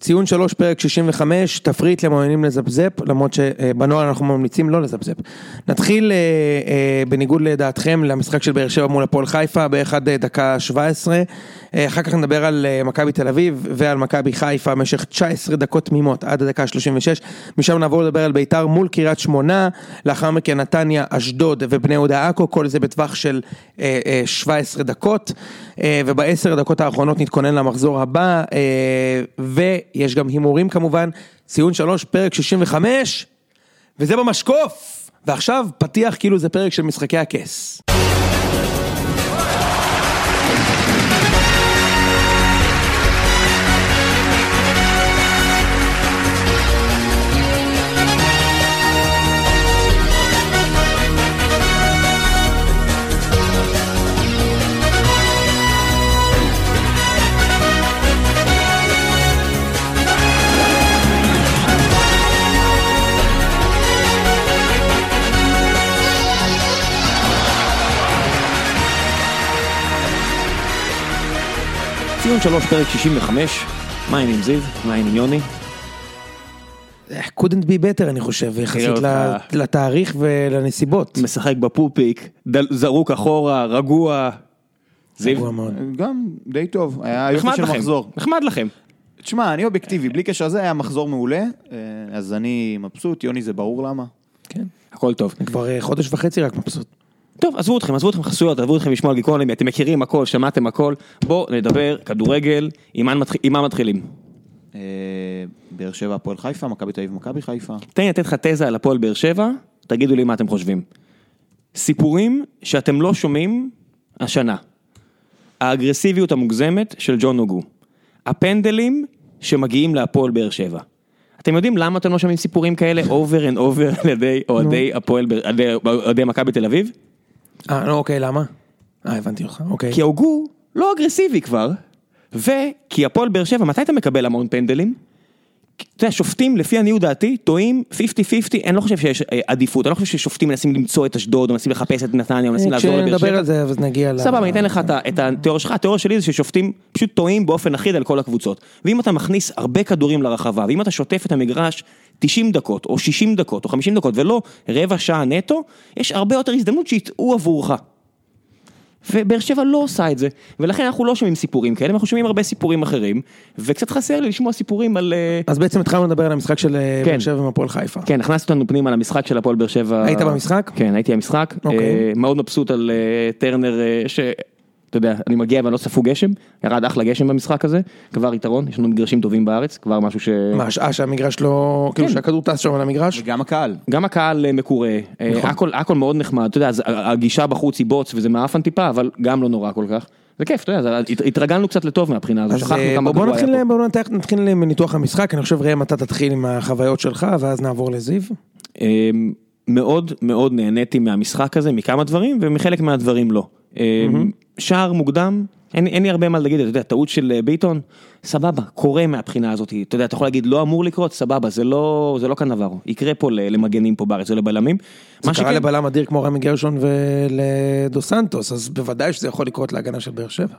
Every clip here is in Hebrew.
ציון שלוש פרק 65, תפריט למעוניינים לזפזפ, למרות שבנוהל אנחנו ממליצים לא לזפזפ. נתחיל, אה, אה, בניגוד לדעתכם, למשחק של באר שבע מול הפועל חיפה, בערך עד אה, דקה 17. אה, אחר כך נדבר על אה, מכבי תל אביב ועל מכבי חיפה במשך 19 דקות תמימות עד הדקה 36. משם נעבור לדבר על ביתר מול קריית שמונה, לאחר מכן נתניה, אשדוד ובני יהודה עכו, כל זה בטווח של אה, אה, 17 דקות. אה, ובעשר הדקות האחרונות נתכונן למחזור הבא, אה, ויש גם הימורים כמובן, ציון 3, פרק 65, וזה במשקוף! ועכשיו פתיח כאילו זה פרק של משחקי הכס. ציון שלוש פרק 65, מה עם זיו? מה עם יוני? אה, couldn't be better אני חושב, יחסית אותך. ל- לתאריך ולנסיבות. משחק בפופיק, דל- זרוק אחורה, רגוע. זיו? רגוע מאוד. גם די טוב, היה יופי נחמד של לכם, מחזור. נחמד לכם. תשמע, אני אובייקטיבי, בלי קשר לזה, היה מחזור מעולה, אה, אז אני מבסוט, יוני זה ברור למה. כן. הכל טוב. כבר אה, חודש וחצי רק מבסוט. טוב, עזבו אתכם, עזבו אתכם חסויות, עזבו אתכם לשמוע על גיקונומי, אתם מכירים הכל, שמעתם הכל. בואו נדבר כדורגל, עם מה מתח- עם מה מתחילים? אה, באר שבע, הפועל חיפה, מכבי תל אביב, מכבי חיפה. תן לי לתת לך תזה על הפועל באר שבע, תגידו לי מה אתם חושבים. סיפורים שאתם לא שומעים השנה. האגרסיביות המוגזמת של ג'ון נוגו. הפנדלים שמגיעים להפועל באר שבע. אתם יודעים למה אתם לא שומעים סיפורים כאלה over and over על ידי אוהדי הפועל, באר- על ידי אוהדי מכבי תל אביב? אה, נו, אוקיי, למה? אה, הבנתי אותך, אוקיי. כי ההוגו לא אגרסיבי כבר, וכי הפועל באר שבע, מתי אתה מקבל המון פנדלים? אתה יודע, שופטים, לפי עניות דעתי, טועים 50-50, אני לא חושב שיש אה, עדיפות, אני לא חושב ששופטים מנסים למצוא את אשדוד, או מנסים לחפש את נתניה, או מנסים לעזור לבאר אה, כשנדבר שבע. על זה אז נגיע ל... סבבה, אני אתן לך את ה- את התיאוריה שלך, התיאוריה שלי זה ששופטים פשוט טועים באופן אחיד על כל הקבוצות. ואם אתה מכניס הרבה כדורים לרחבה, ואם אתה שוטף את המגרש 90 דקות, או 60 דקות, או 50 דקות, ולא רבע שעה נטו, יש הרבה יותר הזדמנות שיטעו עבורך. ובאר שבע לא עושה את זה, ולכן אנחנו לא שומעים סיפורים כאלה, אנחנו שומעים הרבה סיפורים אחרים, וקצת חסר לי לשמוע סיפורים על... אה, אז בעצם התחלנו לדבר על המשחק של אה, כן. באר שבע עם הפועל חיפה. כן, הכנסת אותנו פנימה למשחק של הפועל באר שבע. היית במשחק? כן, הייתי במשחק. אוקיי. אה, מאוד מבסוט על אה, טרנר, אה, ש... אתה יודע, אני מגיע ואני לא ספוג גשם, ירד אחלה גשם במשחק הזה, כבר יתרון, יש לנו מגרשים טובים בארץ, כבר משהו ש... מה, ש- אה, שהמגרש לא... כן. כאילו שהכדור טס שם על המגרש? וגם הקהל. גם הקהל אה, מקורה, אה, נכון. הכל, הכל מאוד נחמד, אתה יודע, אז ה- הגישה בחוץ היא בוץ וזה מעפן טיפה, אבל גם לא נורא כל כך. זה כיף, אתה יודע, זה- הת- התרגלנו קצת לטוב מהבחינה הזאת, אז שכחנו אה, כמה בוא גרוע היה נתחיל, פה. בוא נתח- נתחיל עם ניתוח המשחק, אני חושב ראם אתה תתחיל עם החוויות שלך ואז נעבור לזיו. אמ, מאוד מאוד נהניתי מהמשחק הזה, מכמה דברים, ומחלק מהדברים לא. אמ, שער מוקדם, אין, אין לי הרבה מה להגיד, אתה יודע, טעות של אה, ביטון, סבבה, קורה מהבחינה הזאת, אתה יודע, אתה יכול להגיד, לא אמור לקרות, סבבה, זה לא, זה לא קנברו, יקרה פה ל- למגנים פה בארץ, זה לבלמים. זה מה קרה שכן, לבלם אדיר כמו רמי גרשון ולדו סנטוס, אז בוודאי שזה יכול לקרות להגנה של באר שבע.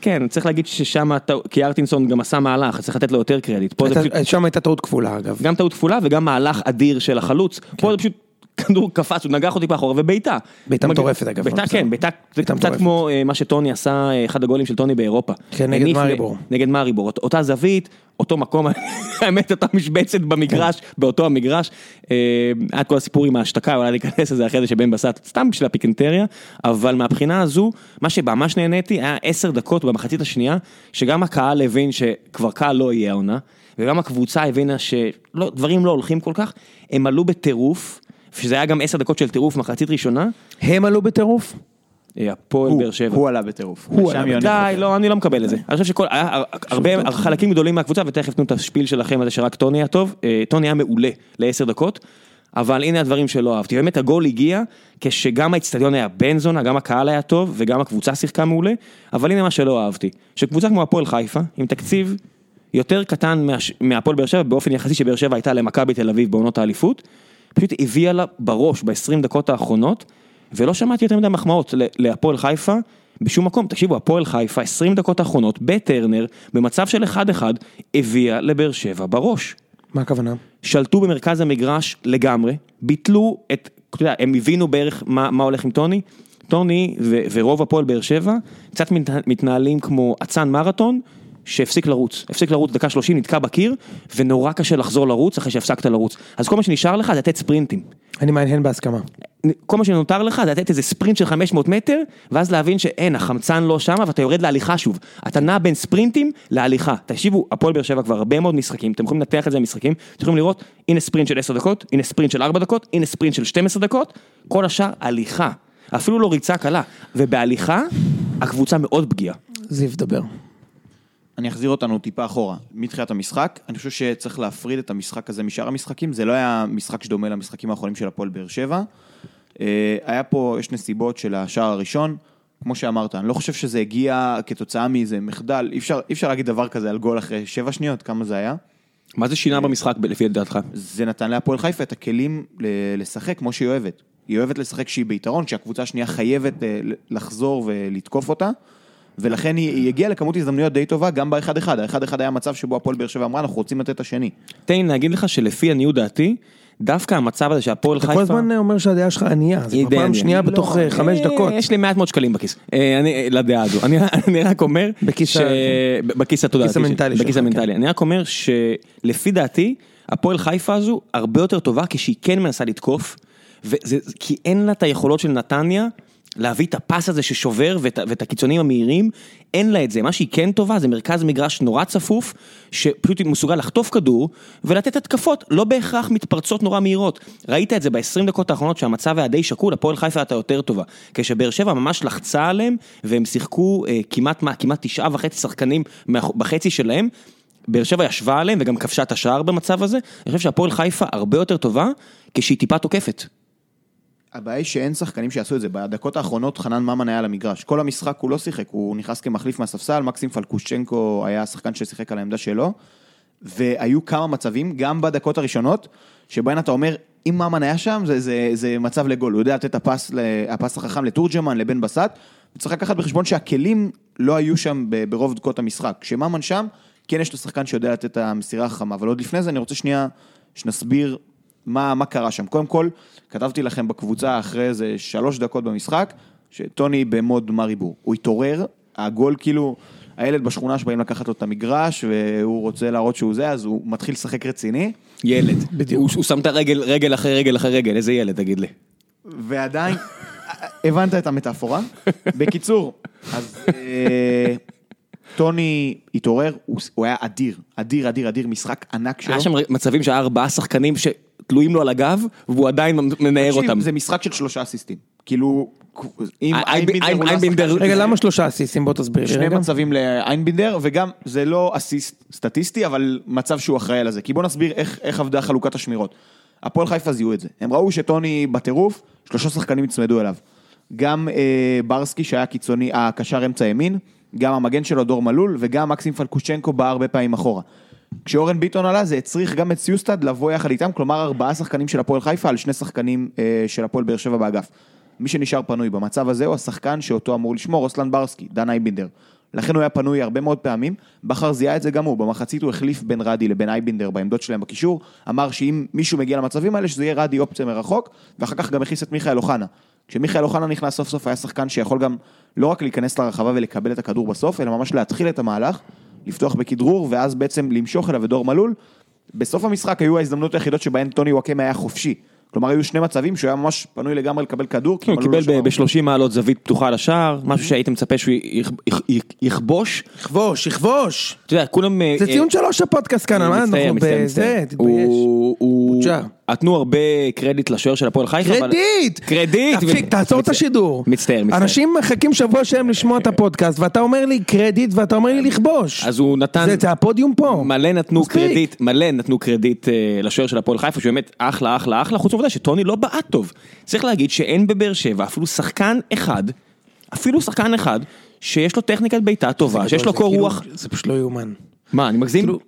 כן, צריך להגיד ששם, הטעו- כי ארטינסון גם עשה מהלך, אז צריך לתת לו יותר קרדיט. פה זה הייתה- פשוט שם הייתה טעות כפולה אגב. גם טעות כפולה וגם מהלך אדיר של החלוץ. כן. פה זה פשוט כדור קפץ, הוא נגח אותי באחורה ובעיטה. בעיטה מג- מטורפת, אגב, בעיטה אבל בסדר. כן, בעיטה, זה בעיטה קצת מטורפת. כמו אה, מה שטוני עשה, אה, אחד הגולים של טוני באירופה. כן, נגד הניף לי- מאריבור. נגד מאריבור, אות- אותה זווית, אותו מקום, האמת אותה משבצת במגרש, באותו המגרש. אה, היה את כל הסיפור עם ההשתקה, אולי ניכנס לזה אחרי זה שבן בסט, סתם בשביל הפיקנטריה, אבל מהבחינה הזו, מה שממש נהניתי היה עשר דקות במחצית השנייה, שגם הקהל הבין שכבר קהל לא יהיה העונה, וגם הקבוצה הבינה שדברים לא הולכים כל כך, הם עלו בטירוף, שזה היה גם עשר דקות של טירוף מחצית ראשונה, הם עלו בטירוף? אה, הפועל הוא- באר שבע. הוא עלה בטירוף. שם שם יוני יוני די, לא, אני לא מקבל את זה. אני חושב שכל, היה הר- הרבה, חלקים גדולים מהקבוצה, ותכף תנו את השפיל שלכם על זה שרק טוני היה טוב. אה, טוני היה מעולה לעשר דקות, אבל הנה הדברים שלא אהבתי. באמת הגול הגיע כשגם האצטדיון היה בן זונה, גם הקהל היה טוב, וגם הקבוצה שיחקה מעולה, אבל הנה מה שלא אהבתי. שקבוצה כמו הפועל חיפה, עם תקציב יותר קטן מהש- מהפועל באר שבע, באופן יחסי שבאר שבע הייתה למכבי תל אביב בעונות האליפות, פשוט הביאה לה בראש ב-20 דקות האחרונות, ולא שמעתי יותר מדי מחמאות ל- להפועל חיפה. בשום מקום. תקשיבו, הפועל חיפה, 20 דקות האחרונות, בטרנר, במצב של 1-1, הביאה לבאר שבע בראש. מה הכוונה? שלטו במרכז המגרש לגמרי, ביטלו את, אתה יודע, הם הבינו בערך מה, מה הולך עם טוני. טוני ו- ורוב הפועל באר שבע קצת מת- מתנהלים כמו אצן מרתון שהפסיק לרוץ. הפסיק לרוץ דקה 30, נתקע בקיר, ונורא קשה לחזור לרוץ אחרי שהפסקת לרוץ. אז כל מה שנשאר לך זה לתת ספרינטים. אני מעניין בהסכמה. כל מה שנותר לך זה לתת איזה ספרינט של 500 מטר, ואז להבין שאין, החמצן לא שם, ואתה יורד להליכה שוב. אתה נע בין ספרינטים להליכה. תקשיבו, הפועל באר שבע כבר הרבה מאוד משחקים, אתם יכולים לנתח את זה במשחקים, אתם יכולים לראות, הנה ספרינט של 10 דקות, הנה ספרינט של 4 דקות, הנה ספרינט של 12 דקות, כל השאר הליכה. אפילו לא ריצה קלה. ובהליכה, הקבוצה מאוד פגיעה. זיו, דבר. אני אחזיר אותנו טיפה אחורה, מתחילת המשחק. אני חושב שצריך להפריד את המשחק הזה משאר המשחקים. זה לא היה משחק שדומה למשחקים האחרונים של הפועל באר שבע. אה, היה פה, יש נסיבות של השער הראשון. כמו שאמרת, אני לא חושב שזה הגיע כתוצאה מאיזה מחדל. אי אפשר, אי אפשר להגיד דבר כזה על גול אחרי שבע שניות, כמה זה היה. מה זה שינה במשחק לפי דעתך? זה נתן להפועל חיפה את הכלים ל- לשחק כמו שהיא אוהבת. היא אוהבת לשחק כשהיא ביתרון, שהקבוצה השנייה חייבת אה, ל- לחזור ולתקוף אותה, ולכן היא, היא הגיעה לכמות הזדמנויות די טובה גם באחד אחד. האחד אחד היה מצב שבו הפועל באר שבע אמרה, אנחנו רוצים לתת את השני. תן לי להגיד לך שלפי עניות דעתי, דווקא המצב הזה שהפועל אתה חיפה... כל הזמן אומר שהדעה שלך ענייה, אה, זה היא כבר די פעם ענייה. שנייה לא, בתוך אה, חמש אה, דקות. יש לי מעט מאוד שקלים בכיס, אה, אני- אה, לדעה הזו. אני- אני רק אומר, בכיס ש- ה- ב- בכיס התודעתי, בכיס המנטלי שלי, בכיס שלך, כן. המנטלי. אני רק אומר שלפי דעתי, הפועל חיפה הזו הרבה יותר טובה כשהיא כן מנסה לתקוף, וזה- כי אין לה את היכולות של נתניה. להביא את הפס הזה ששובר ואת, ה- ואת הקיצונים המהירים, אין לה את זה. מה שהיא כן טובה זה מרכז מגרש נורא צפוף, שפשוט היא מסוגל לחטוף כדור ולתת התקפות, לא בהכרח מתפרצות נורא מהירות. ראית את זה ב-20 דקות האחרונות שהמצב היה די שקול, הפועל חיפה הייתה יותר טובה. כשבאר שבע ממש לחצה עליהם, והם שיחקו אה, כמעט מה, כמעט תשעה וחצי שחקנים מאח- בחצי שלהם. באר שבע ישבה עליהם וגם כבשה את השער במצב הזה. אני חושב שהפועל חיפה הרבה יותר טובה כשהיא טיפה תוקפת. הבעיה היא שאין שחקנים שיעשו את זה. בדקות האחרונות חנן ממן היה על המגרש. כל המשחק הוא לא שיחק, הוא נכנס כמחליף מהספסל, מקסים פלקושצ'נקו היה השחקן ששיחק על העמדה שלו, והיו כמה מצבים, גם בדקות הראשונות, שבהן אתה אומר, אם ממן היה שם, זה, זה, זה מצב לגול. הוא יודע לתת את הפס, ל- הפס החכם לתורג'מן, לבן בסט, וצריך לקחת בחשבון שהכלים לא היו שם ב- ברוב דקות המשחק. כשממן שם, כן יש לו שחקן שיודע לתת את המסירה החכמה, אבל עוד לפני זה אני רוצה שנייה שנסביר מה, מה קרה שם. קודם כל, כתבתי לכם בקבוצה אחרי איזה שלוש דקות במשחק, שטוני במוד מרי בור. הוא התעורר, הגול כאילו, הילד בשכונה שבאים לקחת לו את המגרש, והוא רוצה להראות שהוא זה, אז הוא מתחיל לשחק רציני, ילד. בדיוק. כן. הוא, הוא שם את הרגל, רגל אחרי רגל אחרי רגל, איזה ילד, תגיד לי. ועדיין, הבנת את המטאפורה? בקיצור, אז אה, טוני התעורר, הוא, הוא היה אדיר, אדיר, אדיר, אדיר, משחק ענק שלו. היה שם מצבים שהיה ארבעה שחקנים שתלויים לו על הגב, והוא עדיין מנער תקשיב, אותם. זה משחק של שלושה אסיסטים. כאילו, אם אי- אי- הוא לא אייבינדר- השחקן רגע, שזה- למה שלושה אסיסים? בוא תסביר לי שני רגע. מצבים לאיינבינדר, וגם זה לא אסיסט סטטיסטי, אבל מצב שהוא אחראי על זה. כי בוא נסביר איך, איך עבדה חלוקת השמירות. הפועל חיפה זיהו את זה. הם ראו שטוני בטירוף, שלושה שחקנים נצמדו אליו. גם אה, ברסקי שהיה קיצוני, הקשר אמצע ימין, גם המגן שלו דור מלול, וגם מקסים פלקושצ'נקו בא הרבה פעמים אחורה. כשאורן ביטון עלה זה הצריך גם את סיוסטד לבוא יחד איתם, כלומר ארבעה שחקנים של הפועל חיפה על שני שחקנים אה, של הפועל באר שבע באגף. מי שנשאר פנוי במצב הזה הוא השחקן שאותו אמור לשמור, אוסלן ברסקי, דן אייבינדר. לכן הוא היה פנוי הרבה מאוד פעמים, בכר זיהה את זה גם הוא, במחצית הוא החליף בין רדי לבין אייבינדר בעמדות שלהם בקישור, אמר שאם מישהו מגיע למצבים האלה שזה יהיה רדי אופציה מרחוק, ואחר כך גם הכניס את מיכאל אוחנה. כשמיכאל אוחנה נכנס סוף סוף היה שחקן שיכול גם לא רק להיכנס לרחבה ולקבל את הכדור בסוף, אלא ממש להתחיל את המהלך, לפתוח בכדרור ואז בעצם למשוך אליו את דור מלול. בסוף המשחק היו ההזדמנויות היחידות שבהן טוני וואקמה היה חופשי. כלומר היו שני מצבים שהוא היה ממש פנוי לגמרי לקבל כדור, כי כן, הוא מלול לא שמר קיבל אותו. ב-30 מעלות זווית פתוחה לשער, משהו שהיית מצפה שהוא יכ- יכ- יכ- יכבוש. יכבוש, יכבוש! אתה יודע, כולם... אה, זה אה, ציון שלוש הפודקאסט כאן, אני מה מצטער, אנחנו מצטער, בזה? מצטער. תתבייש. הוא- הוא... בושה. נתנו הרבה קרדיט לשוער של הפועל חיפה, אבל- קרדיט! קרדיט! ו- תפסיק, תעצור את מצטער. השידור. מצטער, מצטער. אנשים מחכים שבוע שלם לשמוע את הפודקאסט, ואתה אומר לי קרדיט, ואתה אומר לי לכבוש. אז הוא נתן... זה- זה הפודיום פה. מלא נתנו מספיק. קרדיט, מלא נתנו קרדיט אה, לשוער של הפועל חיפה, שהוא באמת אחלה, אחלה, אחלה, חוץ מהעובדה שטוני לא בעט טוב. צריך להגיד שאין בבאר שבע אפילו שחקן אחד, אפילו שחקן אחד, שיש לו טכניקת בעיטה טובה, שיש לו זה קור כאילו- רוח. זה פשוט לא יאומן. מה, אני מגזים? כאילו,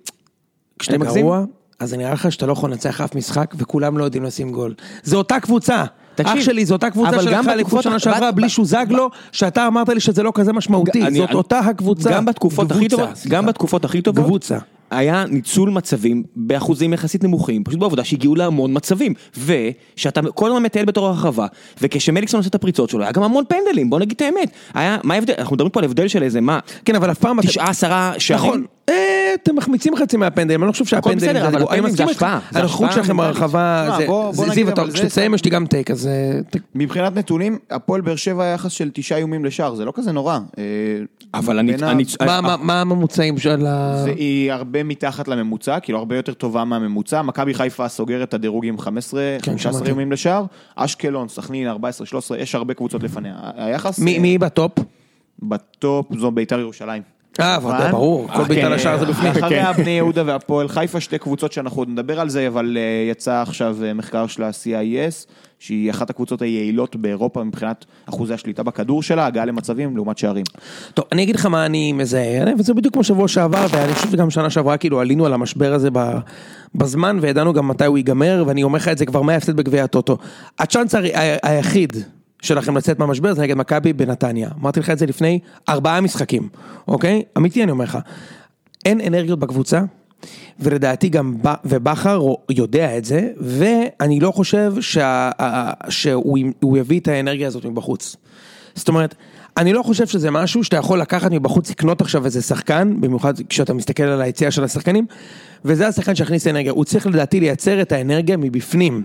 כשאתה אני מגזים? גרוע, אז זה נראה לך שאתה לא יכול לנצח אף משחק, וכולם לא יודעים לשים גול. זה אותה קבוצה. אח שלי, זו אותה קבוצה אבל גם שלקחה אליפות בתקופות- שנה שעברה ב- בלי ב- שוזגלו, שאתה אמרת לי שזה לא כזה משמעותי, אני- זאת אני- אותה הקבוצה. גם בתקופות הכי קבוצה, טובות, סליחה. גם בתקופות הכי טובות, קבוצה. היה ניצול מצבים באחוזים יחסית נמוכים, פשוט בעובדה שהגיעו להמון מצבים, ושאתה כל הזמן מטייל בתור הרחבה, וכשמליקסון עושה את הפריצות שלו, היה גם המון פנדלים, בוא נגיד את האמת, היה, מה ההבדל, אנחנו מדברים פה על הבדל של איזה, מה, כן, אבל אף פעם... אתם- תשעה עשרה שערים, נכון. אה, אתם מחמיצים חצי מהפנדלים, אני לא חושב שהפנדלים... בסדר, אבל אני הפנדלים זה מסכים איתך. השפעה, זה הנוכחות השפעה שלכם מנטלית. ברחבה, תשמע, זה- בוא- בוא זה- נגיד, זיו, אתה- אבל זה- כשתסיים יש לי גם טייק, אז... אה, ת- מבחינת נתונים, הפועל באר שבע היה יחס של תשעה איומים לשער, זה לא כזה נורא. אה, אבל אני, בין ה- אני, מה- מה- מה הממוצעים של ה... זה, היא הרבה מתחת לממוצע, כאילו הרבה יותר טובה מהממוצע. מכבי חיפה סוגרת את הדירוג עם 15, כן, 15 שמעתי. איומים לשער. אשקלון, סכנין, 14, 13, יש הרבה קבוצות לפניה. היחס מי אה, מי בטופ? בטופ זו ביתר ירושלים. אה, אבל זה אה, ברור, כל אה, בעיטה כן, לשער זה בפנים. אחריה בני יהודה והפועל חיפה, שתי קבוצות שאנחנו עוד נדבר על זה, אבל אה, יצא עכשיו אה, מחקר של ה-CIS, שהיא אחת הקבוצות היעילות באירופה מבחינת אחוזי השליטה בכדור שלה, הגעה למצבים לעומת שערים. טוב, אני אגיד לך מה אני מזהה, אני- וזה בדיוק כמו שבוע שעבר, ואני חושב שגם שנה שעברה כאילו עלינו על המשבר הזה ב- בזמן, וידענו גם מתי הוא ייגמר, ואני אומר לך את זה כבר מההפסד בגביע הטוטו. הצ'אנס הרי- ה- היחיד שלכם לצאת מהמשבר זה נגד מכבי בנתניה. אמרתי לך את זה לפני ארבעה משחקים, אוקיי? אמיתי אני אומר לך. אין אנרגיות בקבוצה, ולדעתי גם ב- ובכר רוא- יודע את זה, ואני לא חושב שה, ה- ה- שהוא ימ- הוא יביא את האנרגיה הזאת מבחוץ. זאת אומרת, אני לא חושב שזה משהו שאתה יכול לקחת מבחוץ, לקנות עכשיו איזה שחקן, במיוחד כשאתה מסתכל על היציאה של השחקנים, וזה השחקן שיכניס אנרגיה. הוא צריך לדעתי לייצר את האנרגיה מבפנים,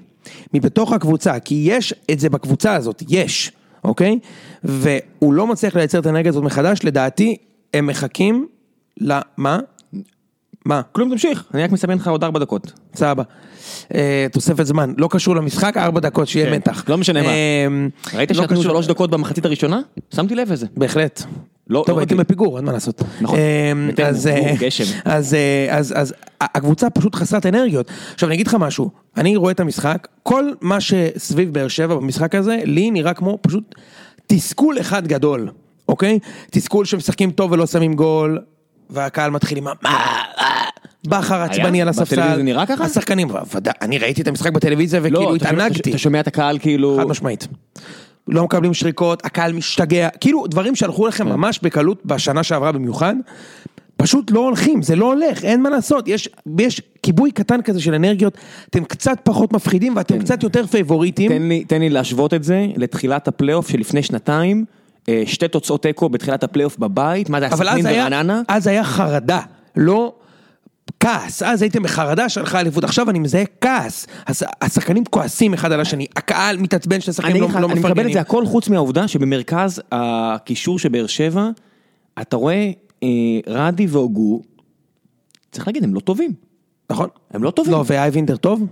מבתוך הקבוצה, כי יש את זה בקבוצה הזאת, יש, אוקיי? והוא לא מצליח לייצר את האנרגיה הזאת מחדש, לדעתי, הם מחכים למה? מה? כלום תמשיך, אני רק מסמן לך עוד ארבע דקות. סבבה. אה, תוספת זמן, לא קשור למשחק, ארבע דקות, שיהיה כן, מתח. לא משנה מה. אה, ראית לא שנתנו קשור- שלוש דקות במחצית הראשונה? שמתי לב לזה. בהחלט. לא- טוב, לא הייתם רגיל. בפיגור, אין מה לעשות. נכון. אמ, בטרנר, אז, אה, בור, גשם. אז, אה, אז, אז ה- הקבוצה פשוט חסרת אנרגיות. עכשיו אני אגיד לך משהו, אני רואה את המשחק, כל מה שסביב באר שבע במשחק הזה, לי נראה כמו פשוט תסכול אחד גדול, אוקיי? תסכול שמשחקים טוב ולא שמים גול, והקהל מתחיל עם ה... "מה, אה?" בכר עצבני על הספסל. בטלוויזיה זה נראה ככה? לא, השחקנים, ודאי, אני ראיתי את המשחק בטלוויזיה וכאילו אתה שומע- התענגתי. אתה שומע את הקהל כאילו... חד משמעית. לא מקבלים שריקות, הקהל משתגע, כאילו דברים שהלכו לכם כן. ממש בקלות בשנה שעברה במיוחד, פשוט לא הולכים, זה לא הולך, אין מה לעשות, יש, יש כיבוי קטן כזה של אנרגיות, אתם קצת פחות מפחידים ואתם קצת יותר פייבוריטים. כן. תן לי, תן לי להשוות את זה לתחילת הפלייאוף שלפני שנתיים, אה, שתי תוצאות תיקו בתחילת הפלייאוף בבית, מה זה היה אבל אז סכנין היה, ורעננה? אז היה חרדה, לא כעס, אז הייתם בחרדה שהלכה אליפות, עכשיו אני מזהה כעס, הש- השחקנים כועסים אחד על השני, הקהל מתעצבן אני שהשחקנים אגיד לא, לך, לא אני מפרגנים. מקבל את זה הכל חוץ מהעובדה שבמרכז הקישור של באר שבע, אתה רואה אה, רדי והוגו, צריך להגיד, הם לא טובים. נכון? הם לא טובים. לא, ואייבינדר טוב?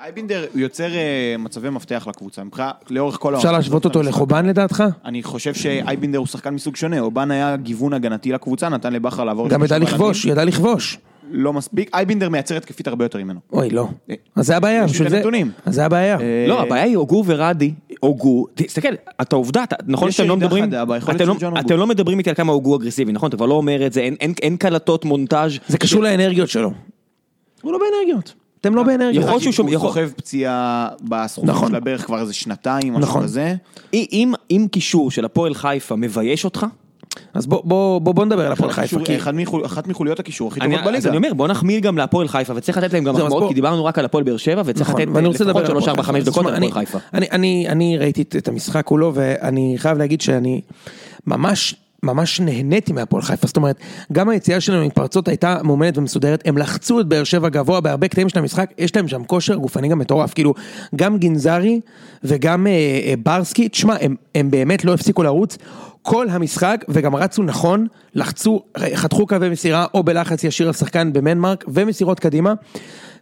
אייבינדר הוא יוצר אה, מצבי מפתח לקבוצה, מבחינת, לאורך כל אפשר העונה. להשוות אותו לחובן לדעתך? אני חושב שאייבינדר הוא שחקן מסוג שונה, אובן היה גיוון הגנתי לקבוצה, נתן לבכר לעבור... גם לשני ידע בלמים. לכבוש, ידע לכבוש. לא מספיק, אייבינדר מייצר התקפית הרבה יותר ממנו. אוי, לא. אז זה הבעיה, יש בשביל אה, לי את זה. הנתונים. אז זה הבעיה. לא, הבעיה היא הוגו ורדי, הוגו, תסתכל, אתה עובדה, אתה- נכון יש שאתם לא ירידה מדברים, חדה ביכולת אתם של לא- ג'ון הוגו. אתם לא מדברים איתי על כמה הוגו אגרסיבי, נכון? אתה כבר לא אומר את זה, אין- אין- אין קלטות מונטאז'. זה קשור לאנרגיות שלו. אה, הוא לא באנרגיות. אתם לא באנרגיות. יכול שהוא שומע- הוא יכול- סוחב פציעה בסחובים נכון. של הברך כבר איזה שנתיים, משהו נכון. כזה. אם- אם- אם קישור של הפועל חיפה מבייש אותך, אז בוא- בוא בוא- בוא נדבר על הפועל חיפה. כן. הקישור- כי- אחד מחול- אחת מחוליות הקישור הכי אני, טובות אז בליגה. אני אומר, בוא נחמיר גם להפועל חיפה, וצריך לתת להם גם זהו, אז מחמאות, בוא- כי דיברנו רק על הפועל באר שבע, וצריך נכון, לתת ואני רוצה לדבר לפחות על הפועל 3-4-5 חיפה. דקות על תשמע, הפועל אני- חיפה. אני- אני אני ראיתי את- את המשחק כולו, ואני חייב להגיד שאני ממש... ממש נהניתי מהפועל חיפה, זאת אומרת, גם היציאה שלהם מפרצות הייתה מאומנת ומסודרת, הם לחצו את באר שבע גבוה בהרבה קטעים של המשחק, יש להם שם כושר גופני גם מטורף, כאילו, גם גינזרי וגם אה, אה, ברסקי, תשמע, הם, הם באמת לא הפסיקו לרוץ כל המשחק, וגם רצו נכון, לחצו, חתכו קווי מסירה, או בלחץ ישיר על שחקן במנמרק, ומסירות קדימה,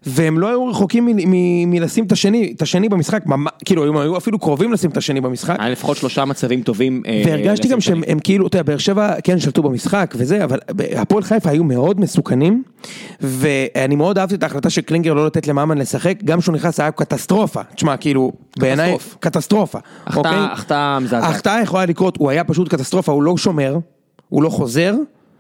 והם לא היו רחוקים מ- מ- מלשים את השני, את השני במשחק, ממ- כאילו הם היו אפילו קרובים לשים את השני במשחק. היה לפחות שלושה מצבים טובים. אה, והרגשתי גם שהם הם כאילו, אתה יודע, באר שבע כן שלטו במשחק וזה, אבל ב- הפועל חיפה היו מאוד מסוכנים, ואני מאוד אהבתי את ההחלטה של קלינגר לא לתת לממן לשחק, גם כשהוא נכנס היה קטסטרופה, תשמע, כאילו, בעיניי, קטסטרוף. קטסטרופה, אוקיי? החטאה החטאה מזעזעת. ההחטאה יכולה לקרות, הוא היה פשוט קטסטרופה, הוא לא שומר, הוא לא חוזר,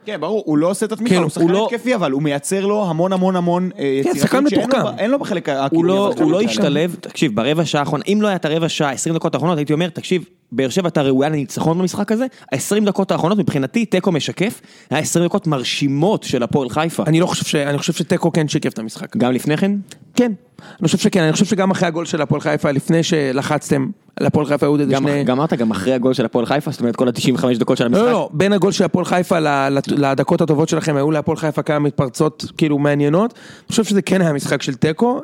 כן, ברור, הוא לא עושה את התמיכה, כן, הוא הוא שחקן לא- התקפי, אבל הוא מייצר לו המון המון המון אה, יצירתיות שחקן שאין לו מתוחכם. ב- אין לו בחלק ה... הוא כאילו, לא, השחקן הוא לא מתוחכם. השתלב, תקשיב, ברבע שעה האחרונה, אם לא היה את הרבע שעה, 20 דקות האחרונות, הייתי אומר, תקשיב, באר שבע אתה ראויה לניצחון במשחק הזה, ה-20 דקות האחרונות מבחינתי, תיקו משקף, היה 20 דקות מרשימות של הפועל חיפה. אני לא חושב ש... אני חושב שתיקו כן שיקף את המשחק. גם לפני כן? כן. אני חושב שכן, אני חושב שגם אחרי הגול של הפועל חיפה, לפני שלחצתם, להפועל חיפה היו עוד איזה גם שני... גם אמרת, גם אחרי הגול של הפועל חיפה, זאת אומרת כל ה-95 דקות של לא, המשחק. לא, לא, בין הגול של הפועל חיפה ל- לת- לדקות הטובות שלכם, היו להפועל חיפה כמה מתפרצות כאילו מעניינות. אני חושב שזה כן היה משחק של תיקו,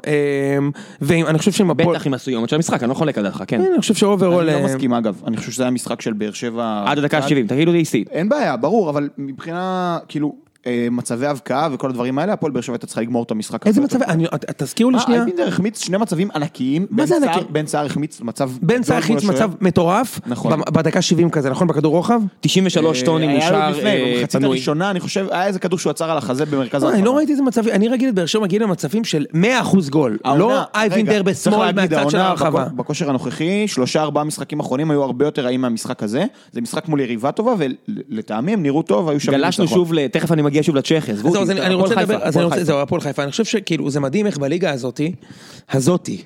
אמ, ואני חושב שעם הפועל... בטח עם הסיומת של המשחק, אני לא חולק עליך, כן. כן, אני חושב שאוברול... אני אה, לא מסכים אגב, אני חושב שזה היה משחק של באר שבע... עד הדקה ה-70, תגידו לי איסי. אין בעיה, ברור, אבל מבחינה, כאילו, אה, מצבי הבקעה וכל הדברים האלה, הפועל באר שבע הייתה צריכה לגמור את המשחק. איזה הרבה מצב... אני- ת- תזכירו לי יותר. אה, שנייה. אייבינדר החמיץ שני מצבים ענקיים. מה זה בן סער- ענקי? בן סער החמיץ מצב... בן סער גדול מול חיץ מצב השוער. מטורף, נכון. ב- בדקה 70 כזה, נכון? בכדור רוחב? 93 טוני אה, היה לו מאושר, לפני, אה, במחצית פנוי. הראשונה, אני חושב, היה איזה כדור שהוא עצר על החזה במרכז לא, אני ההרחבה. לא ראיתי איזה מצבים, אני רגיל את באר שבע מגיעים למצבים של 100% גול, העונה- לא אייבינדר רגע, צריך בשמאל להגיד, מהצד של העונה הרחבה. בכ- בכושר הנוכחי, שלושה ארבעה משחקים אחרונים היו הרבה יותר רעים מהמשחק הזה. זה משחק מול יריבה טובה, ולטעמי הם נראו טוב, היו שווים גלשנו ניצחון. שוב, ל- תכף אני מגיע שוב לצ'כיה, עזבו אז זהו, אותי, אז אני- הפועל אני רוצה חיפה, לדבר, אז אני הפועל רוצה, חיפה. זהו, הפועל חיפה, אני חושב שכאילו זה מדהים איך בליגה הזאתי, הזאתי,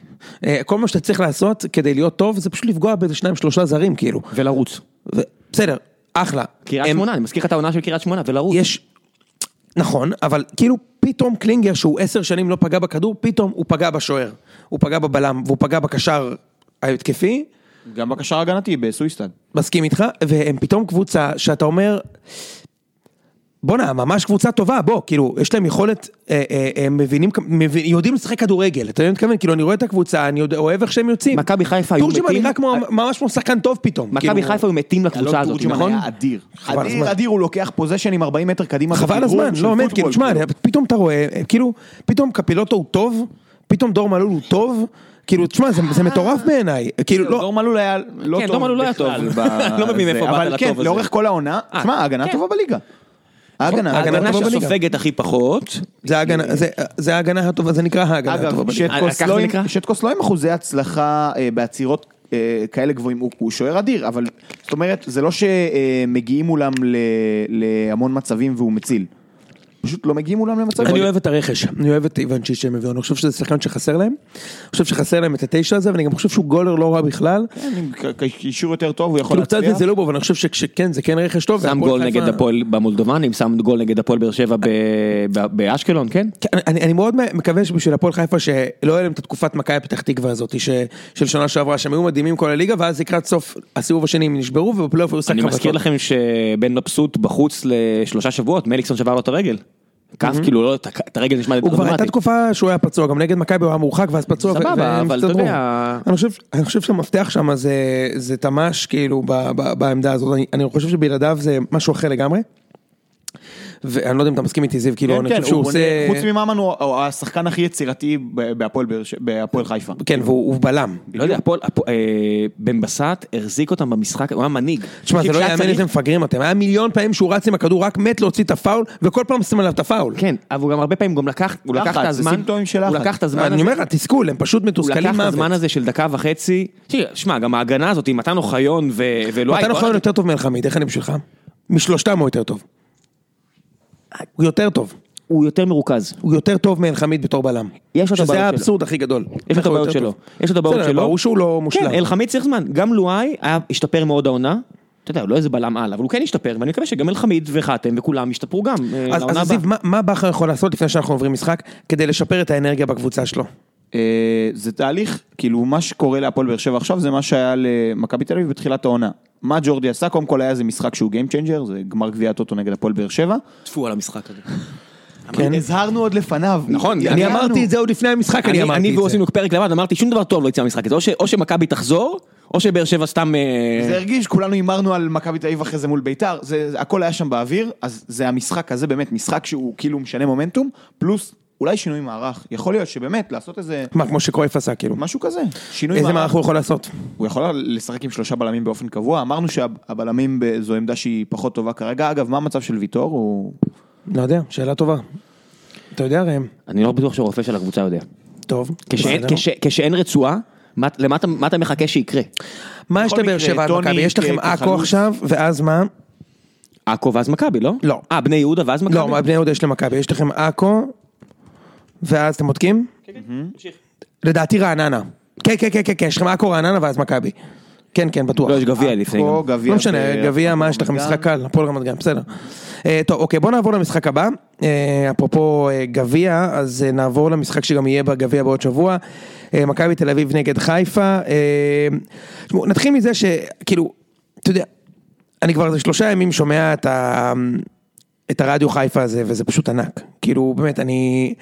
אה, כל מה שאתה צריך לעשות כדי להיות טוב זה פשוט לפגוע באיזה שניים שלושה זרים כאילו, ולרוץ. ו- בסדר, אחלה, קריית הם- שמונה, אני מזכיר לך את העונה של קריית שמונה, ולרוץ. יש, נכון, אבל כאילו פתאום קלינגר שהוא עשר שנים לא פגע בכדור, פתאום הוא פגע בשוער, הוא פגע בבלם והוא פגע בקשר ההתקפי, גם בקשר הגנתי בסויסטד. מסכים איתך, והם פתאום קבוצה שאתה אומר, בואנה, ממש קבוצה טובה, בוא, כאילו, יש להם יכולת, אה, אה, הם מבינים, כ- מבין, יודעים לשחק כדורגל, אתה יודע מה אני מתכוון? כאילו, אני רואה את הקבוצה, אני יודע, אוהב איך שהם יוצאים. מכבי חיפה היו תורג'מן מתים- אה, נראה כמו, ממש כמו שחקן טוב פתאום. מכבי כאילו, חיפה היו מתים לקבוצה אלון הזאת, תורג'מן נכון? היה אדיר. חבל על הזמן. אדיר, אדיר, הוא לוקח פוזיישנים 40 מטר קדימה. חבל בחירום הזמן, של לא, באמת, פוטבול, כאילו, תשמע, כאילו. פתאום אתה רואה, אה, כאילו, פתאום קפילוטו הוא טוב, פתאום דור מלול הוא טוב, כאילו, תשמע, זה- זה מטורף בעיניי, כאילו, לא, דור מלול היה כן, לא כן, טוב. דור מלול לא היה בכלל טוב. ב- לא מבין זה, מאיפה באת אבל לטוב כן, הזה. לאורך כל העונה, אה, תשמע, ההגנה כן. נכון, טובה בליגה. ההגנה, ההגנה ההגנה טובה בליגה. שסופגת הכי פחות, זה ההגנה- זה- זה ההגנה הטובה, זה נקרא ההגנה הטובה אגב, בליגה. אה, ככה זה נקרא? שטקוס לא עם אחוזי הצלחה אה, בעצירות אה, כאלה גבוהים, הוא- הוא שוער אדיר, אבל זאת אומרת, זה לא שמגיעים מולם ל- להמון מצבים והוא מציל. פשוט לא מגיעים מולם למצבים. אני אוהב את הרכש, אני אוהב את איוון שיש שהם הביאו, אני חושב שזה שחקן שחסר להם, אני חושב שחסר להם את התשע הזה, ואני גם חושב שהוא גולר לא רע בכלל, כן, עם כ- כ- קישור יותר טוב, הוא יכול כאילו קצת להצליח. זלזלו בו, אבל אני חושב שכן, זה כן רכש טוב, שם והפועל גול חיפה- נגד הפועל במולדובנים, שם גול נגד הפועל באר שבע ב- ב- באשקלון, כן? כן, אני, אני מאוד מקווה שבשביל הפועל חיפה שלא יהיה להם את התקופת מכבי פתח תקווה הזאת ש, של שנה שעברה שהם היו מדהימים כל הליגה ואז לקראת סוף הסיבוב השני הם נשברו ובפלייאוף היו שק אני מזכיר לכם שבן מבסוט בחוץ לשלושה שבועות, מליקסון שבר לו את הרגל. כף כאילו, לא, את ה- את הרגל נשמע לי Mhm. הוא כבר הייתה דרמטי. תקופה שהוא היה פצוע, גם נגד מכבי הוא היה מורחק ואז פצוע. ו- סבבה, והם אבל אתה הסתדרו. יודע- אני חושב, אני חושב שהמפתח שם זה, זה תמ"ש כאילו ב, ב, בעמדה הזאת, אני, אני חושב שבלעדיו זה משהו אחר לגמרי. ואני לא יודע אם אתה מסכים איתי זיו, כאילו כן, אני כן, חושב שהוא הוא עושה... בונה- חוץ מממן הוא- הוא השחקן הכי יצירתי ב- בהפועל באר ש- בהפועל חיפה. כן, והוא הוא בלם. לא יודע, הפועל, הפועל- אה, בן בסט החזיק אותם במשחק, הוא היה מנהיג. תשמע, זה לא כשהיה יאמן צריך- איזה מפגרים אתם, היה מיליון פעמים שהוא רץ עם הכדור, רק מת להוציא את הפאול, וכל פעם שם עליו את הפאול. כן, אבל הוא גם הרבה פעמים גם לקח, הוא לקח לחץ, את זה הזמן, סימפטומים של הוא לחץ. לקח את הזמן אני הזה- אומר לך, תסכול, הם פשוט הוא מתוסכלים לקח את מוות. הזמן הזה של דקה וחצי, תשמע, שמע, גם ההגנה הזאת עם מתן אוחיון ו- ולואי, מתן אוחיון לא, נכון, יותר טוב מאלחמיד, איך אני בשבילך? משלושתם הוא יותר טוב. אה- הוא יותר טוב. הוא יותר מרוכז. הוא יותר טוב מאלחמיד בתור בלם. יש לו את הבעיות שזה שלו. האבסורד הכי גדול. יש לו את הוא הבעיות יותר שלו. טוב. יש לו את הבעיות בסדר, שלו. ברור שהוא לא מושלם. כן, אלחמיד צריך זמן. גם לואי היה- השתפר מאוד העונה. אתה יודע, הוא לא איזה בלם על, אבל הוא כן השתפר, ואני מקווה שגם אלחמיד וחתם וכולם ישתפרו גם. אה, אז- לעונה אז זיו, הבאה. מה- מה בכר יכול לעשות לפני שאנחנו עוברים משחק, כדי לשפר את האנרגיה בקבוצה שלו? אה, זה תהליך, כאילו מה שקורה להפועל באר שבע עכשיו זה מה שהיה למכבי תל אביב בתחילת העונה. מה ג'ורדי עשה? קודם כל היה איזה משחק שהוא Game Changer, זה גמר גביע הטוטו נגד הפועל באר שבע. טפו על המשחק הזה. כן. הזהרנו עוד לפניו. נכון, ידענו. אני אמרתי את זה עוד לפני המשחק, אני אמרתי את זה. אני והוא עשינו פרק לבד, אמרתי שום דבר טוב לא יצא מהמשחק הזה, או ש- או שמכבי תחזור, או שבאר שבע סתם... אה, זה הרגיש, כולנו הימרנו על מכבי תל אביב אחרי זה מול ביתר, זה, זה- הכל היה שם באוויר, אז זה המשחק הזה באמת, משחק שהוא כאילו משנה מומנטום, פלוס אולי שינוי מערך. יכול להיות שבאמת לעשות איזה מה, כמו שקרויף עשה, כאילו. משהו כזה, שינוי איזה מערך הוא יכול לעשות? הוא יכול לשחק עם שלושה בלמים באופן קבוע, אמרנו שהבלמים ב- זו עמדה שהיא פחות טובה כרגע, אגב, מה המצב של ויטור? הוא... לא יודע, שאלה טובה. אתה יודע ראם? אני לא בטוח שהרופא של הקבוצה יודע. טוב. כשאין- בסדר. כש- כשאין רצועה, מה- למה אתה- מה אתה מחכה שיקרה? מה יש בכל לבאר מקרה, שבע עד טוני מכבי? יש לכם כ- עכו כחלוץ. עכשיו, ואז מה? עכו ואז מכבי, לא? לא. אה, בני יהודה ואז מכבי? לא, מה בני יהודה יש למכבי, יש לכם עכו, ואז אתם בודקים? לדעתי רעננה. כן, כן, כן, כן, כן, יש לכם עכו, רעננה ואז מכבי. כן, כן, בטוח. לא, יש גביע לפני. עכו, גם. גביע. לא משנה, ו- גביע, מה יש לכם? רמת גן. משחק קל, הפועל רמת גן, בסדר. אה, טוב, אוקיי, בוא נעבור למשחק הבא. אה, אפרופו אה, גביע, אז אה, נעבור למשחק שגם יהיה בגביע בעוד שבוע. אה, מכבי תל אביב נגד חיפה. אה, תשמעו, נתחיל מזה שכאילו, אתה יודע, אני כבר איזה שלושה ימים שומע את ה... את הרדיו חיפה הזה, וזה פשוט ענק. כאילו, באמת, אני...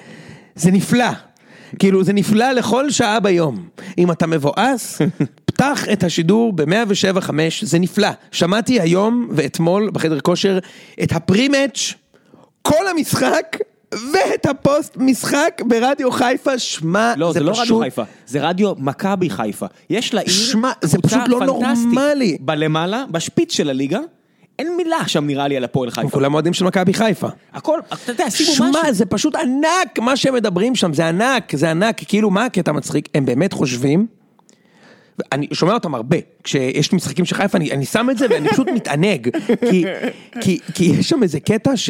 זה נפלא. כאילו, זה נפלא לכל שעה ביום. אם אתה מבואס, פתח את השידור ב-107.5, זה נפלא. שמעתי היום ואתמול בחדר כושר את הפרימץ', כל המשחק, ואת הפוסט משחק ברדיו חיפה, שמע, לא, זה, זה לא פשוט... רדיו חיפה, זה רדיו מכבי חיפה. יש לעיר שמע, זה קבוצה פשוט לא פנטסטית. נורמלי. בלמעלה, בשפיץ של הליגה, אין מילה שם נראה לי על הפועל חיפה. כולם אוהדים של מכבי חיפה. הכל, אתה יודע, שימו משהו. שמע, זה פשוט ענק מה שהם מדברים שם, זה ענק, זה ענק, כאילו מה הקטע מצחיק, הם באמת חושבים, אני שומע אותם הרבה, כשיש משחקים של חיפה, אני, אני שם את זה ואני פשוט מתענג, כי, כי, כי יש שם איזה קטע ש...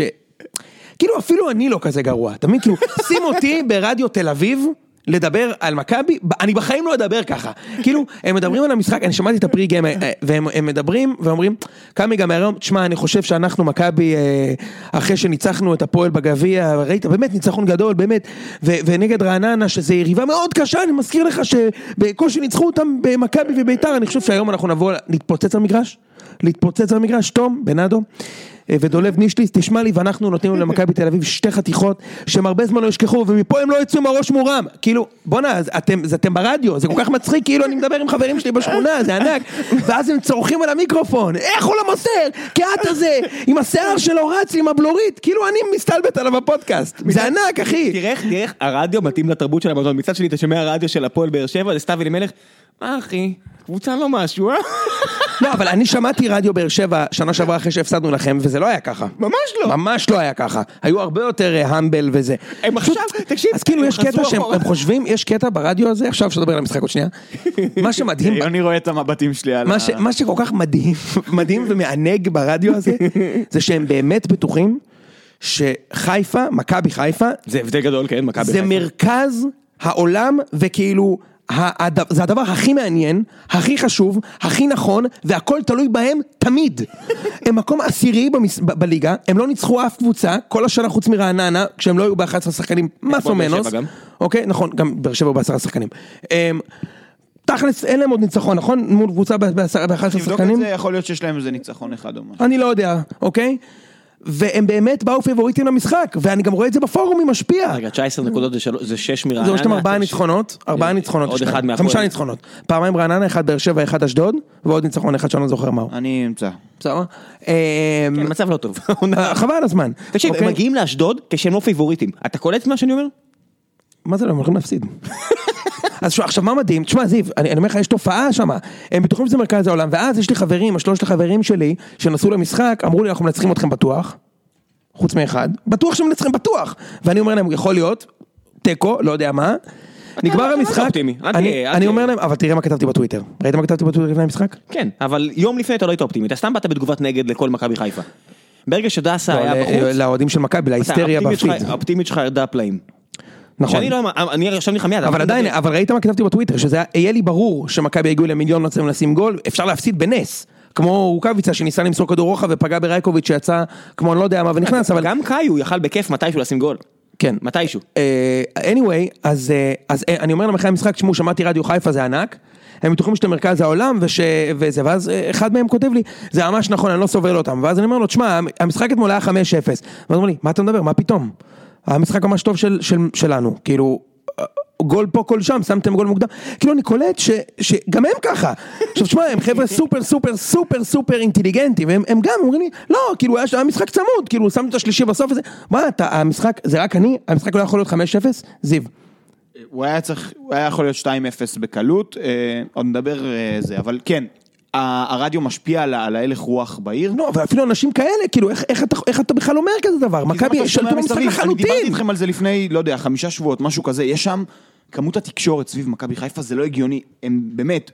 כאילו אפילו אני לא כזה גרוע, אתה מבין? כאילו, שים אותי ברדיו תל אביב. לדבר על מכבי, ב- אני בחיים לא אדבר ככה. כאילו, הם מדברים על המשחק, אני שמעתי את הפרי גיים, אה, אה, והם הם מדברים ואומרים, כמה גם היום, תשמע, אני חושב שאנחנו מכבי, אה, אחרי שניצחנו את הפועל בגביע, ראית, באמת ניצחון גדול, באמת, ו- ונגד רעננה, שזו יריבה מאוד קשה, אני מזכיר לך שבקושי ניצחו אותם במכבי וביתר, אני חושב שהיום אנחנו נבוא להתפוצץ על המגרש, להתפוצץ על המגרש, תום, בנאדו. אה, ודולב נישליס, תשמע לי, ואנחנו נותנים למכבי תל אביב שתי חתיכות שהם הרבה זמן לא ישכחו, ומפה הם לא יצאו עם הראש מורם. כאילו, בואנה, אז אתם, אז אתם ברדיו, זה כל כך מצחיק, כאילו אני מדבר עם חברים שלי בשכונה, זה ענק. ואז הם צורכים על המיקרופון, איך הוא לא מוסר? קהת הזה, עם השיער שלו רץ עם הבלורית, כאילו אני מסתלבט עליו בפודקאסט. זה ענק, אחי. תראה איך, תראה איך הרדיו מתאים לתרבות של המזון. מצד שני, אתה שומע רדיו של הפועל באר שבע, זה סתיו אלימלך, מה אחי, קבוצה לא משהו, אה? לא, אבל אני שמעתי רדיו באר שבע שנה שעברה אחרי שהפסדנו לכם, וזה לא היה ככה. ממש לא. ממש לא היה ככה. היו הרבה יותר אה, המבל וזה. הם עכשיו, תקשיב, אז כאילו הם יש חזרו קטע שהם אחורה. הם חושבים, יש קטע ברדיו הזה, עכשיו אפשר לדבר על המשחק עוד שנייה. מה שמדהים, ב- אני רואה את המבטים שלי על ה... מה ש- מה שכל כך מדהים, מדהים ומענג ברדיו הזה, זה שהם באמת בטוחים שחיפה, מכבי חיפה, זה הבדל גדול, כן, מכבי זה חיפה. מרכז העולם, וכאילו, הד... זה הדבר הכי מעניין, הכי חשוב, הכי נכון, והכל תלוי בהם תמיד. הם מקום עשירי במס... ב- בליגה, הם לא ניצחו אף קבוצה, כל השנה חוץ מרעננה, כשהם לא היו ב-11 שחקנים, מסו הפועל באר שבע מנוס. גם. אוקיי, נכון, גם באר שבע הוא בעשרה שחקנים. אמ, תכלס, אין להם עוד ניצחון, נכון? מול קבוצה ב- בעשרה- ב-11 תבדוק את שחקנים? זה, יכול להיות שיש להם איזה ניצחון אחד או משהו. אני לא יודע, אוקיי? והם באמת באו פיבוריטים למשחק, ואני גם רואה את זה בפורום, עם משפיע. רגע, 19 נקודות זה שלוש- זה 6 מרעננה. זהו, יש להם ארבעה זה ש- ניצחונות, ארבעה אה, ניצחונות, עוד יש להם. אחד מהפועל. חמישה ניצחונות, פעמיים רעננה, אחד באר שבע, אחד אשדוד, ועוד ניצחון אחד שאני לא זוכר אה. מהו, אני אמצא. בסדר? אמ, כן, מצב לא טוב. אה, חבל על הזמן, תקשיב, הם אוקיי? מגיעים לאשדוד כשהם לא פייבוריטים. אתה קולט מה שאני אומר? מה זה לא, הם הולכים להפסיד. אז שוב, עכשיו מה מדהים, תשמע זיו, אני אני אומר לך, יש תופעה שמה, הם בטוחים שזה מרכז העולם, ואז יש לי חברים, השלושת החברים שלי, שנסעו למשחק, אמרו לי, אנחנו מנצחים אתכם בטוח, חוץ מאחד, בטוח שהם מנצחים בטוח, ואני אומר להם, יכול להיות, תיקו, לא יודע מה, נגמר לא- אתה לא המשחק, אופטימי, אל אני- תהיה- אל אני תהיה. אומר להם, אבל תראה מה כתבתי בטוויטר, ראית מה כתבתי בטוויטר לפני המשחק? כן, אבל יום לפני אתה לא היית אופטימי, אתה סתם באת בתגובת נגד לכל מכבי חיפה. ברגע שדסה לא, היה ל- בחוץ, לאוהדים של מכבי, אתה- להיסטריה האופטימיות בפיד. שלך- האופטימיות שלך ירדה פלאים. נכון. שאני לא... אמר- אני עכשיו נלחם מיד. אבל אני עדיין, מדבר. אבל ראית מה כתבתי בטוויטר, שזה היה- היה לי ברור שמכבי הגיעו למיליון לא צריכים לשים גול, אפשר להפסיד בנס. כמו רוקאביצה שניסה למסור כדור רוחב ופגע ברייקוביץ' שיצא כמו אני לא יודע מה ונכנס, אבל... גם קאי הוא יכל בכיף מתישהו לשים גול. כן. מתישהו. אה, anyway, אז, אה, אז אה, אני אומר להם אחרי המשחק, תשמעו, שמעתי רדיו חיפה, זה ענק. הם בטוחים שאתם מרכז העולם, וש... וזה, ואז אה, אחד מהם כותב לי, זה ממש נכון, אני לא סובל אותם. ואז אני אומר לו, תשמע, המשחק אתמול היה 5-0. ואז הוא אומר לי, מה אתה מדבר, מה פתאום? המשחק ממש טוב של, של, שלנו, כאילו, אה, גול פה, גול שם, שמתם גול מוקדם. כאילו, אני קולט ש, שגם הם ככה. עכשיו, תשמע, הם חבר'ה סופר סופר סופר סופר אינטליגנטים, והם הם גם אומרים לי, לא, כאילו, היה, היה משחק צמוד, כאילו, שמתי את השלישי בסוף וזה, מה אתה, המשחק, זה רק אני, המשחק לא יכול להיות 5-0, זיו. הוא היה צריך, הוא היה יכול להיות 2-0 בקלות, אה, עוד נדבר אה, זה, אבל כן, ה- הרדיו משפיע על ה- על ההלך רוח בעיר. לא, ואפילו אנשים כאלה, כאילו, איך, איך, אתה, איך אתה בכלל אומר כזה דבר? כי זה מה מכבי שאתה שלטו שומע במשחק מסביב. אני דיברתי לחלוטין. איתכם על זה לפני, לא יודע, חמישה שבועות, משהו כזה, יש שם, כמות התקשורת סביב מכבי חיפה זה לא הגיוני, הם באמת,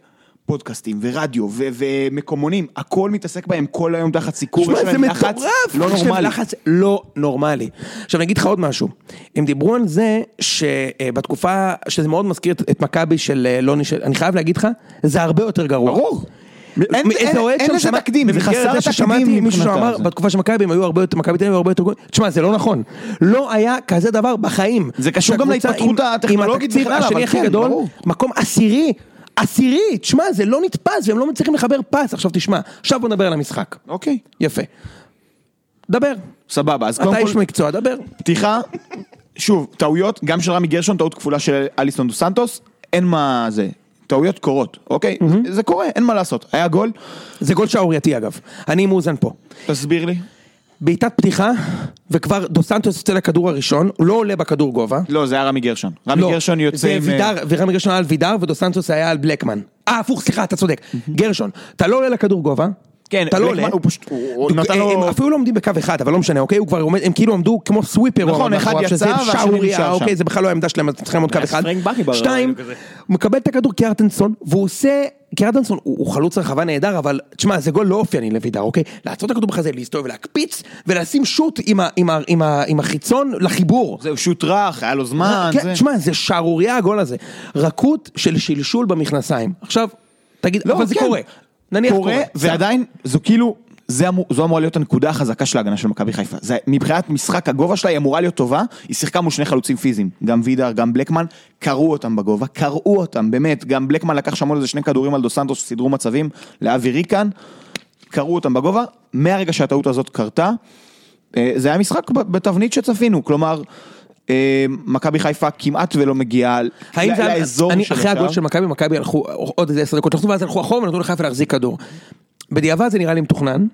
פודקאסטים ורדיו ו- ומקומונים, הכל מתעסק בהם כל היום תחת סיקור, תשמע, זה מטורף, לא יש להם נורמלי. לחץ לא נורמלי. עכשיו אני אגיד לך עוד משהו, הם דיברו על זה שבתקופה, שזה מאוד מזכיר את- את מכבי של אה, לא נשאר, אני חייב להגיד לך, זה הרבה יותר גרוע. ברור. אין- איזה אין- אוהד אין שם לזה שמע- תקדים, זה במסגרת חסר זה תקדים ששמעתי מישהו מבחינתה, שאמר, זה. בתקופה של מכבי הם היו הרבה יותר, מכבי תל אביב היו הרבה יותר גרועים, תשמע זה לא נכון, לא היה כזה דבר בחיים. זה קשור גם שהקבוצה להתפתחות עם- הטכנולוגית עם התקציב וכן הלאה, השני אבל הכי כן, גדול, ברור. מקום עשירי, עשירי, תשמע זה לא נתפס והם לא מצליחים לחבר פס, עכשיו תשמע, עכשיו בוא נדבר על המשחק, אוקיי, יפה. דבר, סבבה, אז קודם אתה איש כל, מקצוע, דבר. פתיחה, שוב, טעויות, גם של רמי גרשון, טעות כפולה של אליסון דו סנטוס, אין מה זה, טעויות קורות, אוקיי? זה קורה, אין מה לעשות, היה גול, זה גול שערורייתי אגב, אני מאוזן פה. תסביר לי. בעיטת פתיחה, וכבר דו סנטוס יוצא לכדור הראשון, הוא לא עולה בכדור גובה. לא, זה היה רמי גרשון. רמי לא, גרשון יוצא זה עם... אה, וידר, ורמי גרשון היה על וידר, ודו סנטוס היה על בלקמן. אה, הפוך, סליחה, אתה צודק. גרשון, אתה לא עולה לכדור גובה. כן, אתה לא בלקמן עולה. הוא פשוט- הוא דו- נתן לו- הם אפילו לא עומדים בקו אחד, אבל לא משנה, אוקיי? הוא כבר עומד, הם כאילו עמדו כמו סוויפר. הוא נכון, עמד אחד מאחוריו, יצא שזה והשני שערורייה, נשאר אוקיי, שם. זה בכלל לא העמדה שלהם, אז צריכים לעמוד קו אז אחד. פרנק בכי ברא שתיים, רעיון כזה. הוא מקבל את הכדור קיארטנסון, והוא עושה... קיארטנסון הוא, הוא חלוץ רחבה נהדר, אבל תשמע, זה גול לא אופייני לוידר, אוקיי? לעצור את הכדור בחזה, להסתובב, להקפיץ, ולשים שוט עם, ה, עם, ה, עם, ה, עם החיצון לחיבור. זהו, שוט רך, היה לו זמן, כן, זה... תשמע, זה שערורייה הגול הזה. רכות של שלשול במכנסיים. עכשיו, תגיד, לא, אבל זה כן. קורה. נניח קורה. קורה, ועדיין, זו כאילו, זה אמור- זו אמורה להיות הנקודה החזקה של ההגנה של מכבי חיפה. זה- מבחינת משחק הגובה שלה, היא אמורה להיות טובה, היא שיחקה מול שני חלוצים פיזיים, גם וידר, גם בלקמן, קרעו אותם בגובה, קרעו אותם, באמת, גם בלקמן לקח שם עוד איזה שני כדורים על דו סנטוס שסידרו מצבים לאבי ריקן, קרעו אותם בגובה, מהרגע שהטעות הזאת קרתה, אה, זה היה משחק ב- בתבנית שצפינו, כלומר... אה, מכבי חיפה כמעט ולא מגיעה ל- האם זה היה, לאזור אני, של אחרי הגול השער. של מכבי, מכבי הלכו עוד איזה עשר דקות, לחצו ואז הלכו אחורה ונתנו לחיפה להחזיק כדור. בדיעבד זה נראה לי מתוכנן,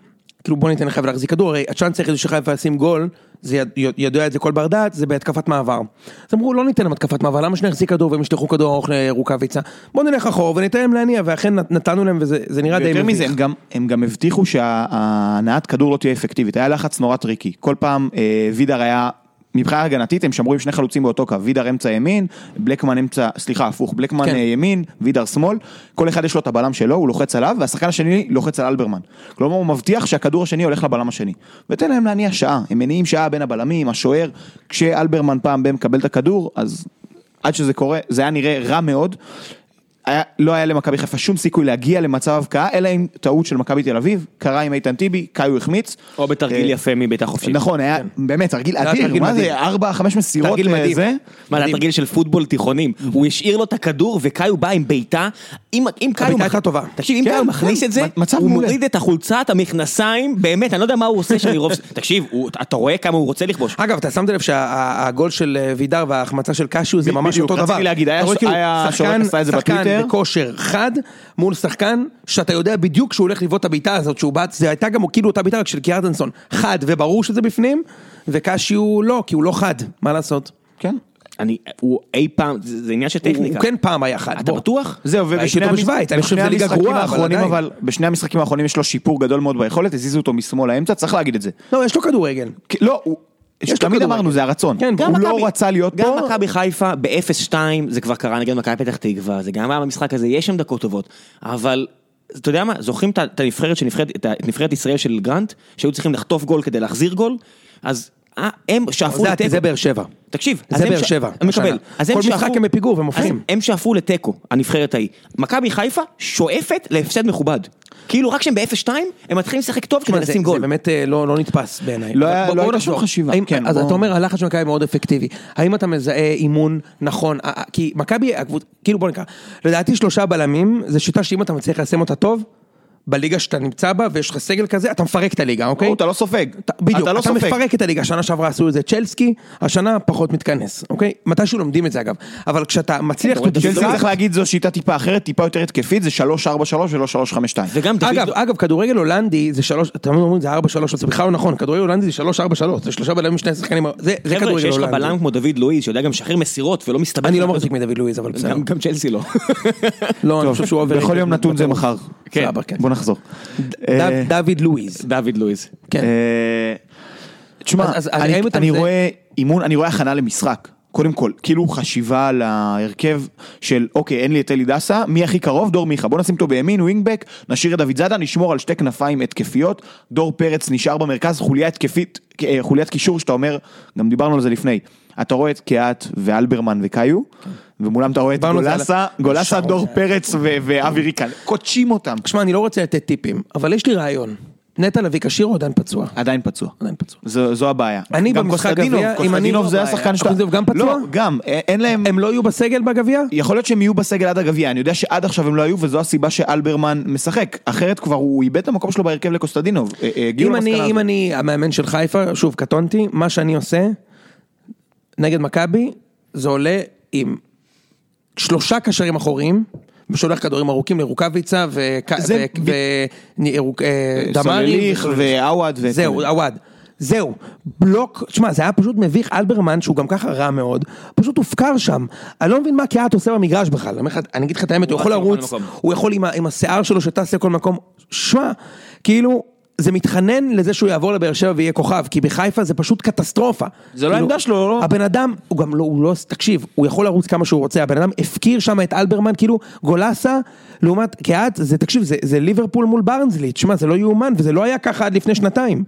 כאילו בוא ניתן לחיפה להחזיק כדור, הרי הצ'אנס היחיד שחיפה לשים גול, זה יד- יודע את זה כל בר דעת, זה בהתקפת מעבר. אז אמרו לא ניתן להם התקפת מעבר, למה שנחזיק כדור והם ישלחו כדור ארוך לרוקאביצה? בוא נלך אחורה וניתן להם להניע, ואכן נת- נתנו להם וזה זה נראה די ויותר מזה, הם מביך. גם, הם גם הבטיחו שההנעת כדור לא תהיה אפקטיבית, היה לחץ נורא טריקי. כל פעם אה, וידר היה, מבחינה הגנתית הם שמרו עם שני חלוצים באותו קו, וידר אמצע ימין, בלקמן אמצע, סליחה, הפוך, בלקמן כן. כן. ימין, וידר שמאל, כל אחד יש לו את הבלם שלו, הוא לוחץ עליו, והשחקן השני לוחץ על אלברמן. כלומר, הוא מבטיח שהכדור השני הולך לבלם השני. ותן להם להניע שעה, הם מניעים שעה בין הבלמים, השוער, כשאלברמן פעם ב- מקבל את הכדור, אז עד שזה קורה, זה היה נראה רע מאוד. היה, לא היה למכבי חיפה שום סיכוי להגיע למצב הבקעה, אלא עם טעות של מכבי תל אביב, קרה עם איתן טיבי, קאיו החמיץ. או בתרגיל אה, יפה מביתה חופשית. נכון, היה באמת תרגיל היה אדיר, תרגיל מה מדהים. זה, ארבע, חמש מסירות, תרגיל אה, מדהים. זה? מה, זה מדהים. התרגיל של פוטבול תיכונים. הוא השאיר לו את הכדור, וקאיו בא עם בעיטה. אם אם קאיו... הבעיטה מח- הייתה טובה. תקשיב, אם כן, קאיו מכניס כן, את זה, מ- מצב הוא מעולה. מוריד את החולצה, את המכנסיים, באמת, אני לא יודע מה הוא עושה שאני רוב... תקשיב, הוא- אתה רואה כמה הוא רוצה לכבוש. אגב, אתה שמת לב שהגול של אה, וידר וההחמצה של קשיו זה ב- ממש בדיוק, אותו דבר. רציתי להגיד, היה אתה רואה ש- כאילו היה שחקן- שורק עשה את זה שחקן בטוויטר. בכושר חד מול שחקן שאתה יודע בדיוק שהוא הולך לבעוט את הבעיטה הזאת שהוא בעט, זה הייתה גם כאילו אותה בעיטה רק של קיארדנסון, חד וברור שזה בפנים, וקשיו לא, כי הוא לא חד, מה לעשות? כן. אני... הוא אי פעם... זה זה עניין של הוא טכניקה. הוא כן פעם היה חד. אתה בוא. בטוח? זהו, ובשני ראיתי אותו המש- בשוויץ, אני חושב בשני שזה ליגה המשחקים גרועה, אבל האחרונים, עדיין. אבל בשני המשחקים האחרונים יש לו שיפור גדול מאוד ביכולת, הזיזו אותו משמאל לאמצע, צריך להגיד את זה. לא, יש לו כדורגל. כי- לא, הוא... לו תמיד כדורגל. אמרנו, זה הרצון. כן, גם הוא מכבי- לא רצה להיות גם פה. מכבי חיפה ב-0-2, זה כבר קרה נגד מכבי פתח תקווה, זה גם היה במשחק הזה, יש שם דקות טובות, אבל... אתה יודע מה, זוכרים את ה- את הנבחרת של נבחרת, את ה- את נבחרת ישראל של גרנט, שהיו צריכים לחטוף גול כדי להחזיר גול, אז אה, הם שאפו זה- זה באר שבע. תקשיב, אז זה הם באר ש- שבע. אני השנה. מקבל. אז הם כל שאפו- משחק הם בפיגור והם הופכים. אז הם שאפו לתיקו, הנבחרת ההיא. מכבי חיפה שואפת להפסד מכובד. כאילו רק כשהם ב-0-2, הם מתחילים לשחק טוב כדי תשמע, זה- לשים גול. זה באמת אה, לא לא נתפס בעיניי. לא אבל היה- בוא- לא בוא הייתה נחזור. שום חשיבה. האם- כן, אז בוא. אתה אומר, הלחץ של מכבי מאוד אפקטיבי. האם אתה מזהה אימון נכון? אה, אה, כי מכבי, הקבוצ- כאילו בוא נקרא, לדעתי שלושה בלמים, זו שיטה שאם אתה מצליח ליישם אותה טוב, בליגה שאתה נמצא בה ויש לך סגל כזה, אתה מפרק את הליגה, אוקיי? או, אתה לא סופג. אתה- בדיוק, אתה לא אתה סופג. מפרק את הליגה, שנה שעברה עשו את זה צ'לסקי, השנה פחות מתכנס, אוקיי? מתישהו לומדים את זה אגב, אבל כשאתה כן, מצליח... אתה רואה את to זה צ'לסי develop- צריך להגיד זו שיטה טיפה אחרת, טיפה יותר התקפית, זה 3-4-3 ולא 3-5-2. וגם דוד... אגב, אגב, כדורגל הולנדי זה שלוש, אתם אומרים זה ארבע שלוש, זה בכלל לא נכון, כדורגל הולנדי זה שלוש ארבע שלוש, זה שלושה בלמים שני שחקנים, זה זה חבר'ה, כדורגל שיש לך בלם הולנדי. כמו דוד לואיז, שיודע גם לשחרר מסירות ולא מסתבך. אני לא מחזיק מדוד לואיז אבל בסדר, גם- גם צ'לסי לא. לא, אני טוב, חושב שהוא עובר. בכל יום נתון זה מחר. כן. סבבה, כן. בוא נחזור. אה, דוד לואיז, דוד לואיז. כן. אה, תשמע, אז- אז אני- האם אתה אני מזהה- רואה אימון, אני רואה הכנה למשחק. קודם כל, כאילו חשיבה על ההרכב של, אוקיי, אין לי את אלי דסה, מי הכי קרוב? דור מיכה. בוא נשים אותו בימין, ווינגבק, נשאיר את דוד זאדה, נשמור על שתי כנפיים התקפיות, דור פרץ נשאר במרכז, חוליה התקפית, אה, חוליית קישור שאתה אומר, גם דיברנו על זה לפני, אתה רואה את קיאט ואלברמן וקאיו, ומולם אתה רואה את דיברנו על זה גולסה, על- גולסה, שרון. דור פרץ ו- ואבי ריקן, קודשים אותם. שמע, אני לא רוצה לתת טיפים, אבל יש לי רעיון. נטע לביא כשיר או עדיין פצוע? עדיין פצוע. עדיין פצוע. זו, זו הבעיה. אני גם במשחק קוסטדינוב, גביע, אם אני קוסטדינוב לא זה הבעיה. השחקן שאתה... קוסטדינוב גם פצוע? לא, גם, אה, אין להם... הם לא יהיו בסגל בגביע? יכול להיות שהם יהיו בסגל עד הגביע, אני יודע שעד עכשיו הם לא היו וזו הסיבה שאלברמן משחק, אחרת כבר הוא איבד את המקום שלו בהרכב לקוסטדינוב, אה, אה, הגיעו אם למסקנה אני, הזאת. אם אני המאמן של חיפה, שוב, קטונתי, מה שאני עושה נגד מכבי, זה עולה עם שלושה קשרים אחוריים, ושולח כדורים ארוכים לרוקאביצה זה- אה, אה, ודמרי. סולליך ועווד ו... אה, זהו, עווד. זהו, בלוק, תשמע, זה היה פשוט מביך, אלברמן, שהוא גם ככה רע מאוד, פשוט הופקר שם. אני לא מבין מה קיאט עושה במגרש בכלל, אני אומר לך- אני אגיד לך את האמת, הוא הוא יכול רץ לכל לרוץ, מקום. הוא יכול עם ה- עם השיער שלו שטס לכל מקום, שמע, כאילו, זה מתחנן לזה שהוא יעבור לבאר שבע ויהיה כוכב, כי בחיפה זה פשוט קטסטרופה. זה לא כאילו, העמדה שלו, לא? הבן אדם, הוא גם לא, הוא לא, תקשיב, הוא יכול לרוץ כמה שהוא רוצה, הבן אדם הפקיר שם את אלברמן, כאילו גולסה, לעומת קיאט, זה, תקשיב, זה, זה ליברפול מול ברנזלי, תשמע, זה לא יאומן, וזה לא היה ככה עד לפני שנתיים.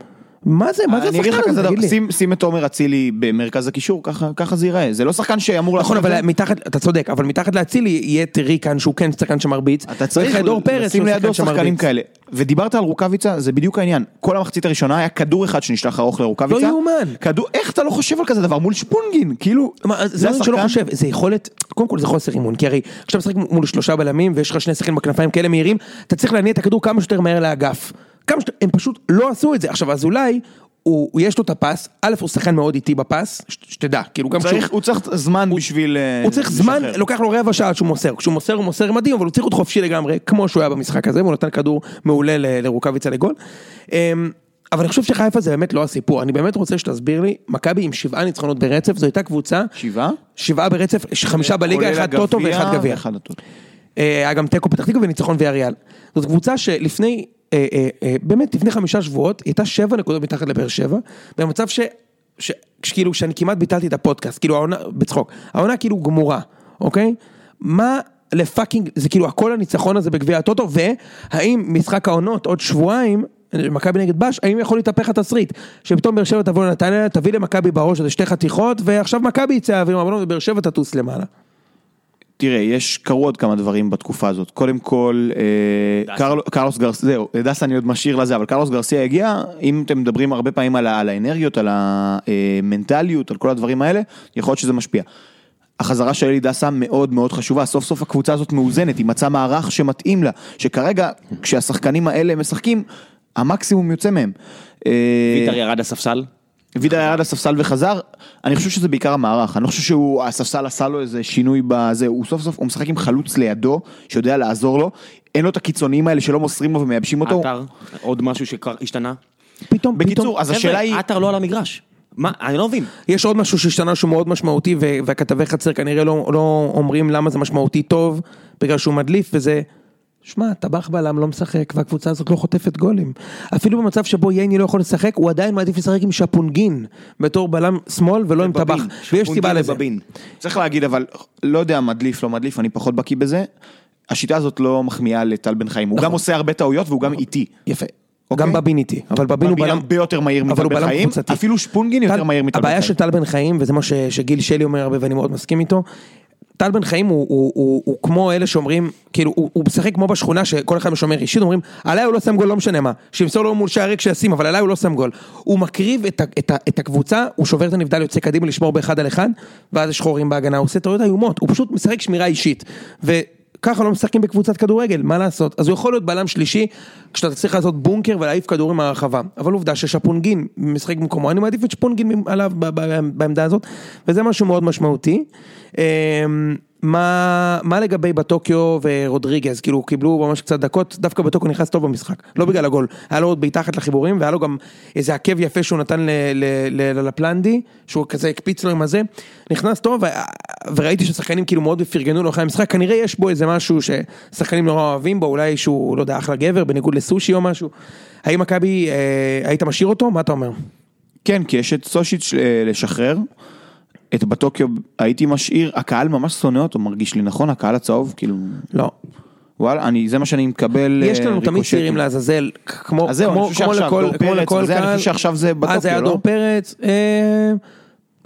מה זה, מה זה אני אגיד לך השחקן הזה, כזה תגיד דבר, לי. שים- שים את תומר אצילי במרכז הקישור, ככה- ככה זה ייראה, זה לא שחקן שאמור נכון, לעשות את אבל זה. מתחת, אתה צודק, אבל מתחת להצילי יהיה את ריקן שהוא כן שחקן שמרביץ, אתה צריך ויהיה לך את דור פרץ לשים שהוא לידו שחקן שחקנים שמרביץ. כאלה. ודיברת על רוקאביצה, זה בדיוק העניין. כל המחצית הראשונה היה כדור אחד שנשלח ארוך לרוקאביצה. לא יאומן. כדור, איך אתה לא חושב על כזה דבר מול שפונגין? כאילו, מה, זה לא שלא השחקן- חושב, זה יכולת, קודם כל זה חוסר אימון, כי הרי כשאתה משחק מול שלושה בלמים ויש לך שני שחקנים בכנפיים כאלה מהירים, אתה צריך להניע את הכדור כמה שיותר מהר לאגף. כמה שיותר, הם פשוט לא עשו את זה. עכשיו, אזולאי, הוא, הוא- יש לו את הפס, א', הוא שחקן מאוד איטי בפס, ש- שתדע, כאילו גם צריך- הוא צריך זמן בשביל... אה, הוא צריך זמן, לשחרר. לוקח לו רבע שעה עד שהוא מוסר, כשהוא מוסר הוא מוסר מדהים, אבל הוא צריך להיות חופשי לגמרי, כמו שהוא היה במשחק הזה, והוא נתן כדור מעולה ל- לרוקאביצה לגול. אמ, אבל אני חושב שחיפה זה באמת לא הסיפור, אני באמת רוצה שתסביר לי, מכבי עם שבעה ניצחונות ברצף, זו הייתה קבוצה, שבעה? שבעה ברצף, ש- חמישה בליגה, כולל אחד טוטו הגביע ואחד גביע. ואחד הטוטו. אה, היה גם תיקו פתח תקווה וניצחון ויאריאל. זאת קבוצה שלפני, אה, אה, אה, באמת לפני חמישה שבועות, היא הייתה שבע נקודות מתחת לבאר שבע, במצב ש... ש- שכאילו, שאני כמעט ביטלתי את הפודקאסט, כאילו העונה, בצחוק, העונה כאילו גמורה, אוקיי? מה לפאקינג, זה כאילו הכל הניצחון הזה בגביע הטוטו, והאם משחק העונות עוד שבועיים, מכבי נגד בש, האם יכול להתהפך התסריט? שפתאום באר שבע תבוא לנתניה, תביא למכבי בראש איזה שתי חתיכות, ועכשיו מכבי יצא אוויר מהבלון ובאר שבע תטוס למעלה. תראה, יש, קרו עוד כמה דברים בתקופה הזאת. קודם כל, אה, קרל, קרלוס גרסיה, זהו, לדס אני עוד משאיר לזה, אבל קרלוס גרסיה הגיע, אם אתם מדברים הרבה פעמים על, ה- על האנרגיות, על המנטליות, על כל הדברים האלה, יכול להיות שזה משפיע. החזרה של אלי דסה מאוד מאוד חשובה, סוף סוף הקבוצה הזאת מאוזנת, היא מצאה מערך שמתאים לה, שכרגע, כשהשחקנים האלה משחקים, המקסימום יוצא מהם. אה, ויטר ירד לספסל. וידר ירד לספסל וחזר, אני חושב שזה בעיקר המערך, אני לא חושב שהספסל עשה לו איזה שינוי בזה, הוא סוף סוף, הוא משחק עם חלוץ לידו, שיודע לעזור לו, אין לו את הקיצוניים האלה שלא מוסרים לו ומייבשים אותו. עטר, עוד משהו שהשתנה. פתאום, פתאום... בקיצור, אז השאלה היא, חבר'ה, עטר לא על המגרש. מה, אני לא מבין. יש עוד משהו שהשתנה שהוא מאוד משמעותי ו- והכתבי חצר כנראה לא, לא אומרים למה זה משמעותי טוב בגלל שהוא מדליף וזה שמע טבח בלם לא משחק והקבוצה הזאת לא חוטפת גולים אפילו במצב שבו ייני לא יכול לשחק הוא עדיין מעדיף לשחק עם שפונגין בתור בלם שמאל ולא עם טבח ויש סיבה פונגין לזה. ובבין. צריך להגיד אבל, לא יודע, מדליף, לא מדליף, אני פחות בקיא בזה, השיטה הזאת לא מחמיאה לטל בן חיים, הוא נכון. גם עושה הרבה טעויות והוא גם איטי. יפה. אוקיי. גם בבין איתי, נכון. אבל בבין הוא בבין בלם, הרבה יותר מהיר אבל מטל הוא בן בלם חיים, קבוצתי. אפילו שפונגין יותר טל- מהיר מטל בן הבעיה חיים. של טל בן חיים, וזה מה ש- שגיל שלי אומר הרבה ואני מאוד מסכים איתו, טל בן חיים הוא- הוא- הוא הוא כמו אלה שאומרים, כאילו הוא הוא משחק כמו בשכונה שכל אחד משומר אישית, אומרים עליי הוא לא שם גול לא משנה מה, שימסור לו מול שער ריק שישים, אבל עליי הוא לא שם גול. הוא מקריב את ה- את ה- את הקבוצה, הוא שובר את הנבדל, יוצא קדימה לשמור באחד על אחד, ואז יש חורים בהגנה, הוא עושה טעויות איומות, הוא פשוט משחק שמירה אישית. ו... ככה לא משחקים בקבוצת כדורגל, מה לעשות? אז הוא יכול להיות בלם שלישי, כשאתה צריך לעשות בונקר ולהעיף כדורים מהרחבה. אבל עובדה ששפונגין משחק במקומו, אני מעדיף את שפונגין ממ- עליו ב- ב- בעמדה הזאת, וזה משהו מאוד משמעותי. אמ, מה, מה לגבי בטוקיו ורודריגז? כאילו, קיבלו ממש קצת דקות, דווקא בטוקיו נכנס טוב במשחק, לא בגלל הגול. היה לו עוד בעיטה אחת לחיבורים, והיה לו גם איזה עקב יפה שהוא נתן ל- ל- ל- ללפלנדי, שהוא כזה הקפיץ לו עם הזה. נכנס טוב, ו- וראיתי ששחקנים כאילו מאוד פרגנו לו אחרי המשחק, כנראה יש בו איזה משהו ששחקנים נורא אוהבים בו, אולי שהוא, לא יודע, אחלה גבר, בניגוד לסושי או משהו. האם מכבי, אה, היית משאיר אותו? מה אתה אומר? כן, כי יש את סושיץ' אה, לשחרר. את בטוקיו הייתי משאיר, הקהל ממש שונא אותו, מרגיש לי נכון, הקהל הצהוב, כאילו, לא. וואלה, אני, זה מה שאני מקבל יש לנו אה, תמיד ריקושטים. צעירים לעזאזל, כ- כמו אז זהו, אני כמו- חושב כמו שעכשיו לכל דור כמו פרץ לכל וזה, אני קהל. חושב שעכשיו זה אז זה היה בטוקיו, לא? דור פרץ, אה,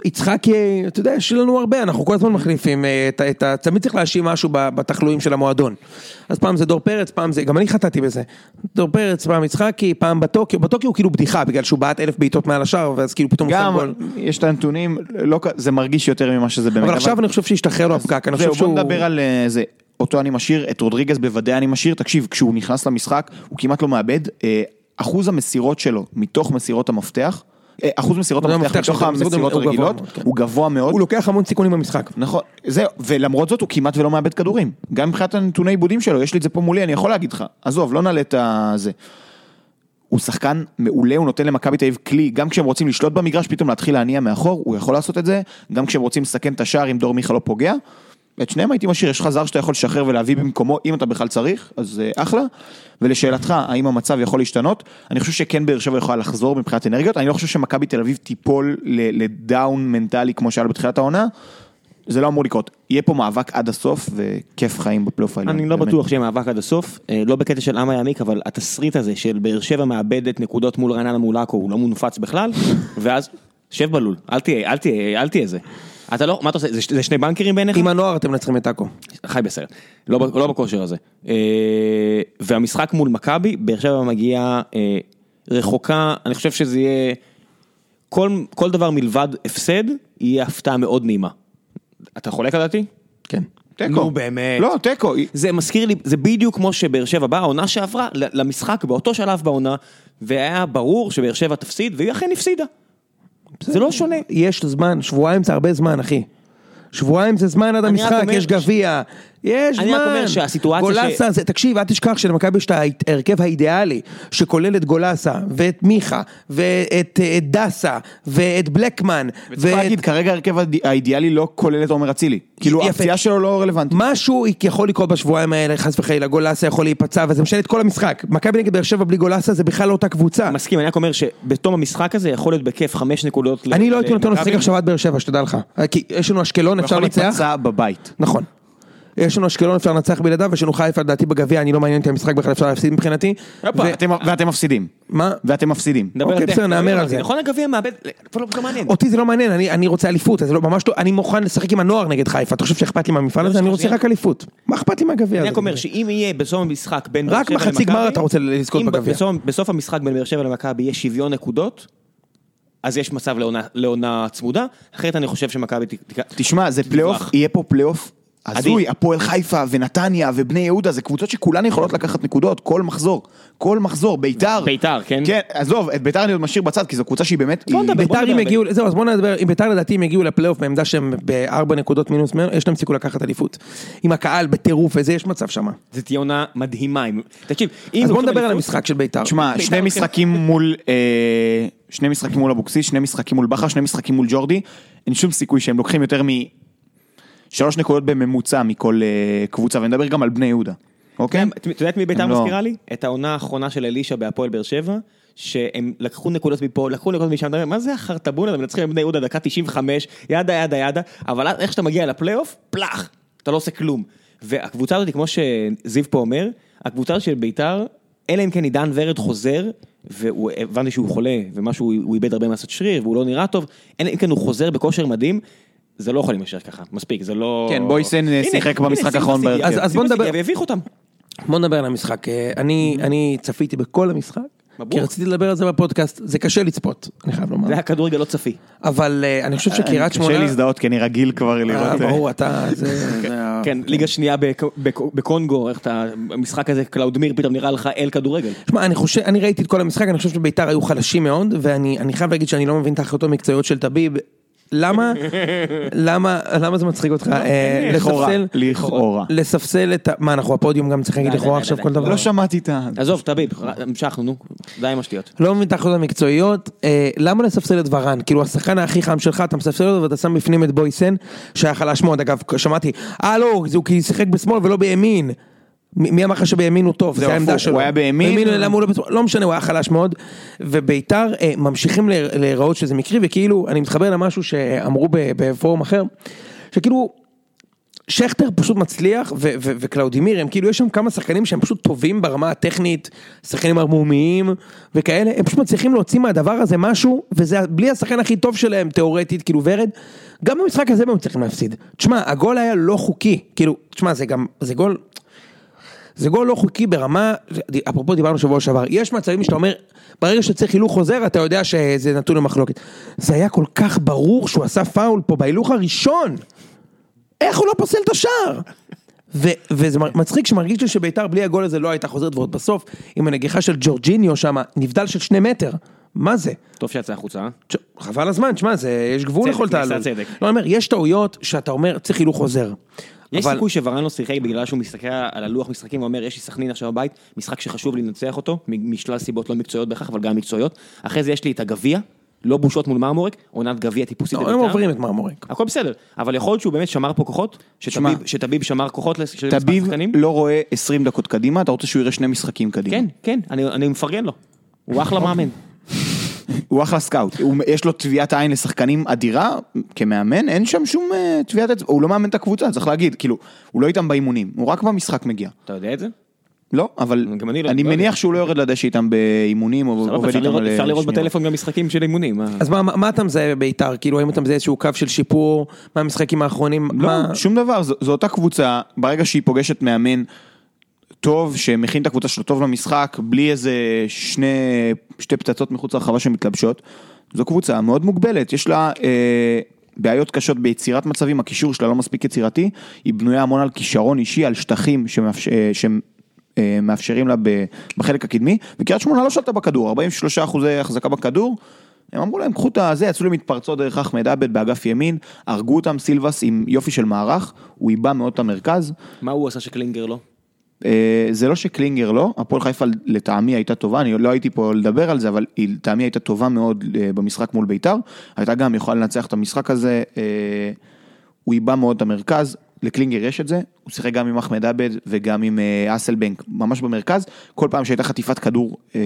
יצחקי, אתה יודע, יש לנו הרבה, אנחנו כל הזמן מחליפים, אה, את ה- את ה- תמיד צריך להאשים משהו ב- בתחלואים של המועדון. אז פעם זה דור פרץ, פעם זה, גם אני חטאתי בזה. דור פרץ, פעם יצחקי, פעם בטוקיו, בטוקיו הוא כאילו בדיחה, בגלל שהוא בעט אלף בעיטות מעל השער, ואז כאילו פתאום הוא שם גם, גול. יש את הנתונים, לא, כ- זה מרגיש יותר ממה שזה באמת. אבל עכשיו אני חושב שהשתחרר לו הפקק, אני חושב זהו, שהוא... בוא נדבר על אה, זה. אותו אני משאיר, את רודריגז בוודאי אני משאיר. תקשיב, כשהוא נכנס למשחק, הוא כמעט לא מאבד. אה, אחוז המסירות שלו מתוך מסירות המפתח, אה, אחוז מסירות זה המפתח המפתח מתוך של המסירות המסירות הוא גבוה הרגילות, מאוד, כן. הוא גבוה מאוד. הוא לוקח המון סיכונים במשחק. נכון, זהו, ולמרות זאת הוא כמעט ולא מאבד כדורים. גם מבחינת הנתוני עיבודים שלו, יש לי את זה פה מולי, אני יכול להגיד לך. עזוב, לא נעלה את הזה. הוא שחקן מעולה, הוא נותן למכבי תל אביב כלי, גם כשהם רוצים לשלוט במגרש, פתאום להתחיל להניע מאחור, הוא יכול לעשות את זה, גם כשהם רוצים לסכן את השער אם דור מיכה לא פוגע. את שניהם הייתי משאיר, יש לך זר שאתה יכול לשחרר ולהביא במקומו, אם אתה בכלל צריך, אז אה, אחלה. ולשאלתך, האם המצב יכול להשתנות? אני חושב שכן באר שבע יכולה לחזור מבחינת אנרגיות, אני לא חושב שמכבי תל אביב תיפול ל- לדאון מנטלי כמו שהיה לה בתחילת העונה. זה לא אמור לקרות. יהיה פה מאבק עד הסוף, וכיף חיים בפלייאוף העליון. אני לא באמת. בטוח שיהיה מאבק עד הסוף, אה, לא בקטע של עם היעמיק, אבל התסריט הזה של באר שבע מאבדת נקודות מול רעננה מול עכו, הוא לא מונפץ בכלל, ואז, שב בלול, אל תהיה, אל תהיה, אל תהיה זה. אתה לא, מה אתה עושה, זה ש- זה שני בנקרים בעיניך? עם הנוער אתם מנצחים את עכו. חי בסרט, לא, ב- לא בכושר הזה. אה, והמשחק מול מכבי, באר שבע מגיעה אה, רחוקה, אני חושב שזה יהיה, כל, כל דבר מלבד הפסד, יהיה הפתעה מאוד נעימה. אתה חולק על דעתי? כן. תיקו. נו, באמת. לא, תיקו. זה מזכיר לי, זה בדיוק כמו שבאר שבע באה העונה שעברה ל- למשחק באותו שלב בעונה, והיה ברור שבאר שבע תפסיד, והיא אכן הפסידה. זה לא שונה. יש זמן, שבועיים זה הרבה זמן, אחי. שבועיים זה זמן עד אני רק המשחק, אומר יש ש- גביע, יש זמן. אני רק אומר שהסיטואציה גולסה, זה, תקשיב, אל תשכח שלמכבי יש את ההרכב האידיאלי, שכולל את גולסה, ואת מיכה, ואת אה, את דסה, ואת בלקמן, צריך להגיד, כרגע ההרכב האיד- האידיאלי לא כולל את עומר אצילי. כאילו, יפה. הפציעה שלו לא רלוונטית. משהו יכול לקרות בשבועיים האלה, חס וחלילה, גולסה יכול להיפצע, וזה משנה את כל המשחק. מכבי נגד באר שבע בלי גולסה זה בכלל לא אותה קבוצה. מסכים, אני רק אומר שבתום המשחק הזה יכול להיות בכיף חמש נקודות. ל- אני לא הייתי נותן לו למכבי. לשחק עכשיו עד באר שבע, שתדע לך. כי יש לנו אשקלון, הוא אפשר יכול לנצח. להיפצע בבית. נכון. יש לנו אשקלון, אפשר לנצח בלעדיו, יש לנו חיפה לדעתי בגביע, אני לא מעניין אותי המשחק בכלל, אפשר להפסיד מבחינתי. ו- ואתם- ואתם מפסידים. מה? ואתם מפסידים. נדבר אוקיי, על זה. בסדר, נהמר על זה. נכון הגביע מאבד, כבר לא לא מעניין. אותי זה לא מעניין, אני, אני רוצה אליפות, אז לא, ממש לא, אני מוכן לשחק עם הנוער נגד חיפה, אתה חושב שאכפת לי מהמפעל הזה? אני רוצה רק אליפות. מה אכפת לי מהגביע הזה? לא, אני רק אומר שאם יהיה בסוף המשחק בין רק באר בחצי שבע למכבי, גמר אתה רוצה לזכות אם ב- בגביע. בסוף- בסוף המשחק בין באר שבע למכבי יהיה שוויון נקודות, אז יש מצב לעונה- לעונה צמודה, אחרת אני חושב שמכבי ת- תיקח... תשמע, זה תברח. פלייאוף, יהיה פה פלייאוף הזוי, אדיר. הפועל חיפה ונתניה ובני יהודה, זה קבוצות שכולן יכולות לקחת נקודות, כל מחזור, כל מחזור, ביתר. ביתר, כן? כן, עזוב, את ביתר אני עוד משאיר בצד, כי זו קבוצה שהיא באמת... בוא היא- נדבר. ביתר אם נדבר. הגיעו, זהו, אז בוא נדבר, אם ביתר לדעתי הם הגיעו לפלייאוף בעמדה שהם בארבע נקודות מינוס ממנו, יש להם סיכוי לקחת אליפות. עם הקהל בטירוף וזה, יש מצב שמה. זה תהיה עונה מדהימה. אם- תקשיב, אם... אז בוא לוקחים נדבר על אליפות- המשחק של ביתר. תשמע, ביתר כן. שני לוקח- משחקים מול אה, שני משחקים מול אבוקסיס, שני משחקים מול בכר, שני משחקים מול ג'ורדי, אין שום סיכוי שהם לוקחים יותר משלוש נקודות בממוצע מכל אה, קבוצה, ונדבר גם על בני יהודה, אוקיי? כן, את את יודעת מי ביתר הם לא. מזכירה לי? את העונה האחרונה של אלישע בהפועל באר שבע, שהם לקחו נקודות מפה, לקחו נקודות משם, אתה אומר, מה זה החרטבון הזה, מנצחים את בני יהודה דקה 95, ידה ידה ידה, אבל אז איך שאתה מגיע לפלייאוף, פלאח, אתה לא עושה כלום. והקבוצה הזאת, כמו שזיו פה אומר, הקבוצה של ביתר, אלא אם כן עידן ורד חוזר, והבנתי שהוא חולה, ומשהו, הוא איבד הרבה מסת שריר, והוא לא נראה טוב, אלא אם כן הוא חוזר בכושר מדהים. זה לא יכול להימשך ככה, מספיק, זה לא... כן, בויסן, אה, הנה, שיחק הנה, במשחק שים האחרון בסיגיה, בהרכב. אז- אז שים בוא נדבר- בסיגיה והביך אותם. בוא נדבר על המשחק. אה, אני, אני צפיתי בכל המשחק, מברוק. כי רציתי לדבר על זה בפודקאסט, זה קשה לצפות, אני חייב לומר. זה היה כדורגל לא צפי. אבל אה, אני חושב אני- שקריית שמונה... קשה להזדהות, כי אני רגיל כבר אה, לראות... אה, ברור, אתה... זה- זה ה- כן, ליגה שנייה בק- בק- בקונגו, איך אתה, המשחק הזה, קלאודמיר פתאום נראה לך אל כדורגל. שמע, אני חושב, אני ראיתי את כל המשחק, אני חושב שביתר היו חלשים מאוד, ואני אני חייב להגיד שאני לא מבין את ההחלטות המקצועיות של טביב. למה, למה, למה זה מצחיק אותך? אה, לכאורה, לספסל, לכאורה. לספסל את ה... מה, אנחנו הפודיום גם צריכים די, להגיד די, לכאורה די, עכשיו די, כל די. דבר? לא שמעתי את ה... עזוב, תביב, ר- המשכנו, נו, די עם השטויות. לא מבין את ההחלטות המקצועיות, אה, למה לספסל את ורן? כאילו השחקן הכי חם שלך, אתה מספסל אותו ואתה שם בפנים את בויסן, שהיה חלש מאוד, אגב, שמעתי, אה לא, זה הוא כי שיחק בשמאל ולא בימין. מי מי אמר לך שבימין הוא טוב, זו זהו, העמדה הפוך, שלו. הוא היה בימין. בימין הוא נעלם מול הבצורה, לא משנה, הוא היה חלש מאוד. וביתר אה, ממשיכים להיר- להיראות שזה מקרי, וכאילו, אני מתחבר למשהו שאמרו ב- בפורום אחר, שכאילו, שכטר פשוט מצליח, ו- ו- וקלאודימיר, הם כאילו, יש שם כמה שחקנים שהם פשוט טובים ברמה הטכנית, שחקנים ערמומיים וכאלה, הם פשוט מצליחים להוציא מהדבר הזה משהו, וזה בלי השחקן הכי טוב שלהם, תיאורטית, כאילו ורד, גם במשחק הזה הם צריכים להפסיד. תשמע, הגול היה לא חוקי, כאילו, תשמע, זה גם, זה גול, זה גול לא חוקי ברמה, אפרופו דיברנו שבוע שעבר, יש מצבים שאתה אומר, ברגע שצריך הילוך חוזר, אתה יודע שזה נתון למחלוקת. זה היה כל כך ברור שהוא עשה פאול פה בהילוך הראשון. איך הוא לא פוסל את השער? ו- וזה מ- מצחיק שמרגיש לי שביתר בלי הגול הזה לא הייתה חוזרת, ועוד בסוף, עם הנגיחה של ג'ורג'יניו שם, נבדל של שני מטר. מה זה? טוב שיצא החוצה, אה? תש- חבל הזמן, תשמע, זה, יש גבול צדק, לכל נעשה תעלול. צדק. לא, אני אומר, יש טעויות שאתה אומר, צריך הילוך חוזר. יש אבל- סיכוי שוורן לא שיחק בגלל שהוא מסתכל על הלוח משחקים ואומר, יש לי סכנין עכשיו בבית, משחק שחשוב לי לנצח אותו, מ- משלל סיבות לא מקצועיות בהכרח, אבל גם מקצועיות. אחרי זה יש לי את הגביע, לא בושות מול מרמורק, עונת גביע טיפוסית לא, הם עוברים את מרמורק. הכל בסדר, אבל יכול להיות שהוא באמת שמר פה כוחות, שמע. שטביב, שטביב שמר כוחות לש- של מספר תביב שחקנים. לא רואה 20 דקות קדימה, אתה רוצה שהוא יראה שני משחקים קדימה. כן, כן, אני, אני מפרגן לו. הוא אחלה מאמן. הוא אחלה סקאוט, הוא, יש לו טביעת עין לשחקנים אדירה, כמאמן אין שם שום אה, טביעת אצבע, הוא לא מאמן את הקבוצה, צריך להגיד, כאילו, הוא לא איתם באימונים, הוא רק במשחק מגיע. אתה יודע את זה? לא, אבל גם אני לא- אני לא מניח יודע. שהוא לא יורד לדשא איתם באימונים, או סבבה, עובד אפשר איתם לא, לראות- על אה, אפשר לראות שמירות. בטלפון גם משחקים של אימונים. מה- אז מה, מה, מה אתה מזהה בביתר? כאילו, האם אתה מזהה איזשהו קו של שיפור מהמשחקים האחרונים? מה... לא, שום דבר, זו, זו אותה קבוצה, ברגע שהיא פוגשת מאמן טוב, שמכין את הקבוצה שלו טוב למשחק, בלי איזה שני, שתי פצצות מחוץ לרחבה שמתלבשות, זו קבוצה מאוד מוגבלת, יש לה אה, בעיות קשות ביצירת מצבים, הקישור שלה לא מספיק יצירתי, היא בנויה המון על כישרון אישי, על שטחים שמאפשר... אה, שמ- אה, מאפשרים לה ב- בחלק הקדמי, וקריית שמונה לא שלטה בכדור, 43 אחוזי החזקה בכדור, הם אמרו להם, קחו את הזה, יצאו למתפרצות דרך אחמד עבד באגף ימין, הרגו אותם סילבס עם יופי של מערך, הוא איבא מאוד את המרכז. מה הוא עשה שקלינגר לא? אה, זה לא שקלינגר לא, הפועל חיפה לטעמי הייתה טובה, אני לא הייתי פה לדבר על זה, אבל היא לטעמי הייתה טובה מאוד אה, במשחק מול ביתר, הייתה גם יכולה לנצח את המשחק הזה, אה, הוא איבא מאוד את המרכז, לקלינגר יש את זה, הוא שיחק גם עם אחמד עבד וגם עם אה, אסלבנק, ממש במרכז, כל פעם שהייתה חטיפת כדור אה,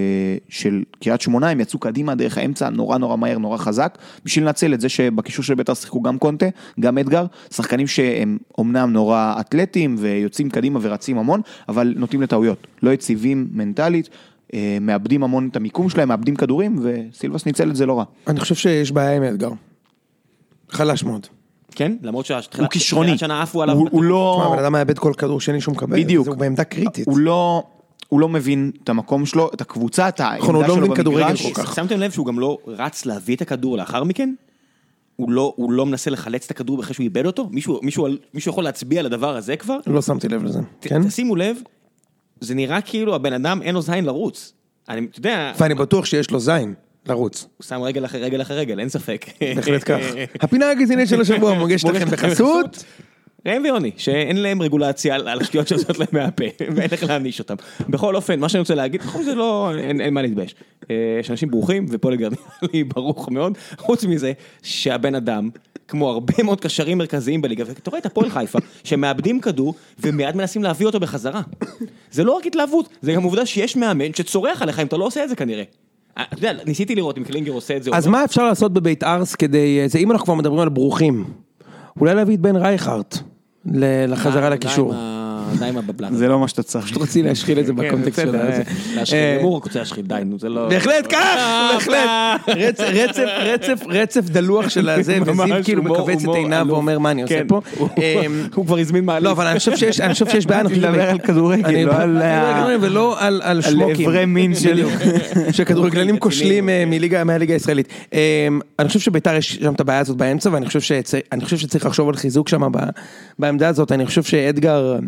של קריית שמונה, הם יצאו קדימה דרך האמצע, נורא נורא מהר, נורא חזק, בשביל לנצל את זה שבקישור של ביתר שיחקו גם קונטה, גם אדגר, שחקנים שהם אומנם נורא אתלטיים ויוצאים קדימה ורצים המון, אבל נוטים לטעויות, לא יציבים מנטלית. אה, מאבדים המון את המיקום שלהם, מאבדים כדורים, וסילבס ניצל את זה לא רע. אני חושב שיש בעיה עם אתגר. חלש מאוד. כן? למרות שהתחילת הוא כישרוני. תחילת שנה עפו עליו. הוא- הוא לא... תשמע, הבן אדם מאבד כל כדור שני שהוא מקבל. בדיוק. הוא בעמדה קריטית. הוא לא, הוא לא מבין את המקום שלו, את הקבוצה, את העמדה נכון, הוא לא שלו מבין כדורגל במגרש. כל כך. שמתם לב שהוא גם לא רץ להביא את הכדור לאחר מכן? הוא לא, הוא לא מנסה לחלץ את הכדור אחרי שהוא איבד אותו? מישהו, מישהו, על- מישהו יכול להצביע על הדבר הזה כבר? לא שמתי לב לזה. ת- כן? תשימו לב, זה נראה כאילו הבן אדם אין לו זין לרוץ. אני, אתה יודע, ואני בטוח שיש לו זין לרוץ. הוא שם רגל אחרי רגל אחרי רגל, אין ספק. בהחלט כך. הפינה הגזעינית של השבוע מוגשת לכם בחסות. ראם ויוני, שאין להם רגולציה על על השטויות שיוצאות להם מהפה, ואין איך להעניש אותם. בכל אופן, מה שאני רוצה להגיד, חוץ מזה לא, אין, אין מה להתבייש. אה, יש אנשים ברוכים, ופולגר נראה לי ברוך מאוד, חוץ מזה שהבן אדם, כמו הרבה מאוד קשרים מרכזיים בליגה, ואתה רואה את הפועל חיפה, שמאבדים כדור, ומיד מנסים להביא אותו בחזרה. זה לא רק התלהבות, זה גם עובדה שיש מאמן שצורח עליך אם אתה לא עושה את זה כנראה. אה, אתה יודע, ניסיתי לראות אם קלינגר עושה את זה או אז לא. מה אפשר לעשות בבית ארס כדי... אה, זה אם אנחנו כבר מדברים על ברוכים. אולי להביא את בן רייכרט ל- לחזרה "אה, די עם לקישור. ה- די עם הבבלן. זה לא מה שאתה צריך. רציתי להשחיל את זה בקונטקסט של הזה. אה, כן, להשחיל, הוא רק רוצה להשחיל, די, נו, זה לא... בהחלט כך, אה, בהחלט. רצף, רצף, רצף, רצף דלוח של הזה, ממש, וזיו כאילו הומור, מכווץ את הומור עיניו עלוב. ואומר מה אני עושה כן, פה. הוא- אמ, הוא כבר הזמין מעליף. לא, אבל אני חושב שיש, אני חושב שיש בעיה, אני חושב לדבר שב- על כדורגל, אני- לא על ה- כדורגל ולא על- על שמוקים. איברי מין של- בדיוק. שכדורגלנים כושלים אה, מליגה- מהליגה הישראלית. אמ, אני חושב שביתר יש שם את הבעיה הזאת באמצע, ואני חושב שצ- אני חושב שצריך לחשוב על חיזוק שם ב- בעמדה הזאת. אני חושב שאדגר,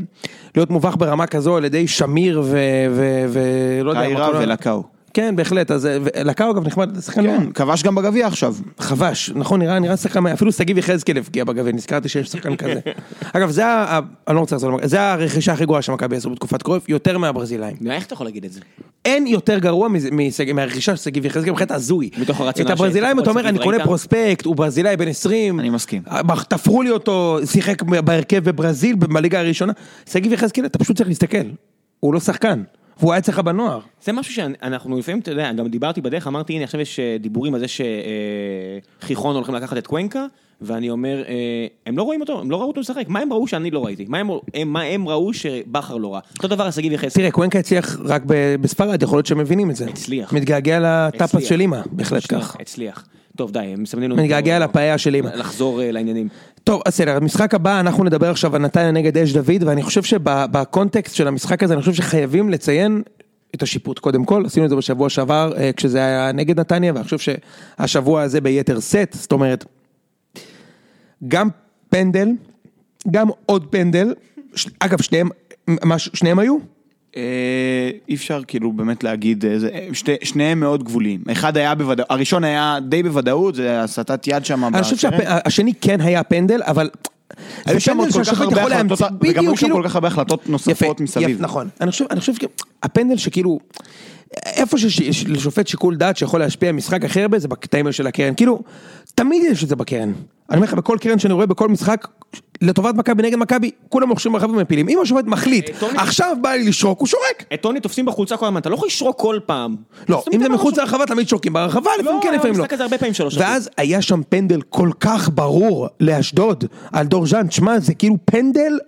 להיות מובך ברמה כזו על ידי שמיר ו... ו- ולא יודע, מה קיירה קוראים לו? ולקאו. כן, בהחלט, אז אה, ו- לקאו אגב נחמד, זה שחקן מעולה. כן, כבש גם בגביע עכשיו. חבש, נכון, נראה, נראה שחקן, מעניין. אפילו שגיב יחזקאל הפגיע בגביע, נזכרתי שיש שחקן כזה. אגב, זה, ה- אני לא רוצה לחזור, למכבי, זה הרכישה הכי גרועה של מכבי עשו בתקופת קרויף, יותר מהברזילאים. נו, איך אתה יכול להגיד את זה? אין יותר גרוע מזה- מסג- מהרכישה של שגיב יחזקאל, מבחינת הזוי. מתוך הרציונל את הברזילאים שהייתי אתה אומר, כל אני שגיב לא קונה ראית?" פרוספקט, הוא ברזילאי בן 20. אני מסכים. אה, תפרו לי אותו, שיחק בהרכב בברזיל, בליגה הראשונה. שגיב יחזקאל, אתה פשוט צריך להסתכל. הוא לא שחקן. והוא היה אצלך בנוער. זה משהו שאנחנו לפעמים, אתה יודע, גם דיברתי בדרך, אמרתי, הנה עכשיו יש אה, דיבורים על זה שחיכרון הולכים לקחת את קוונקה, ואני אומר, אה, הם לא רואים אותו, הם לא ראו אותו משחק, מה הם ראו שאני לא ראיתי? מה הם- הם- מה הם ראו שבכר לא ראה? אותו דבר על שגיב יחזקאל. תראה, קוונקה הצליח רק ב- בספרד, יכול להיות שהם מבינים את זה. הצליח. מתגעגע לטאפס הצליח. של אימא, בהחלט שנייה, כך. הצליח. טוב, די, הם מסמנים לנו... מתגעגע לפאיה של אימא. לחזור אה, לעניינים. טוב, אז בסדר, המשחק הבא, אנחנו נדבר עכשיו על נתניה נגד אש דוד, ואני חושב שבקונטקסט של המשחק הזה, אני חושב שחייבים לציין את השיפוט קודם כל, עשינו את זה בשבוע שעבר, אה, כשזה היה נגד נתניה, ואני חושב שהשבוע הזה ביתר סט, זאת אומרת, גם פנדל, גם עוד פנדל, ש- אגב, שניהם, מה, ש- שניהם היו? אה, אי אפשר כאילו באמת להגיד, אה, זה- אה, שתי- שניהם מאוד גבוליים. אחד היה בוודאות, הראשון היה די בוודאות, זה הסטת יד שם. אני חושב בקרן. שהשני כן היה פנדל, אבל... היו זה שם עוד פנדל כל כך שהשופט הרבה יכול החלטות, להמציא- וגם היו בדיוק, שם כאילו- כל כך הרבה החלטות נוספות מסביב. נכון. אני חושב, אני חושב שהפנדל שכאילו, איפה שיש יש לשופט שיקול דעת שיכול להשפיע על משחק הכי הרבה זה בקטעים האלה של הקרן. כאילו, תמיד יש את זה בקרן. אני אומר לך, בכל קרן שאני רואה בכל משחק, לטובת מכבי נגד מכבי, כולם מוכשים ברחב ומפילים. אם השופט מחליט, אה, טוני- עכשיו בא לי לשרוק, הוא שורק. את טוני תופסים בחולצה כל הזמן, אתה לא יכול לשרוק כל פעם. לא, אז אתה אם זה מדבר מחוץ משהו- לרחבה תמיד שורקים ברחבה, לפעמים כן, היה לפעמים לא. במשחק הזה הרבה פעמים שלוש ואז היה שם פנדל כל כך ברור לאשדוד על דור ז'אן, תשמע, זה כאילו פנדל,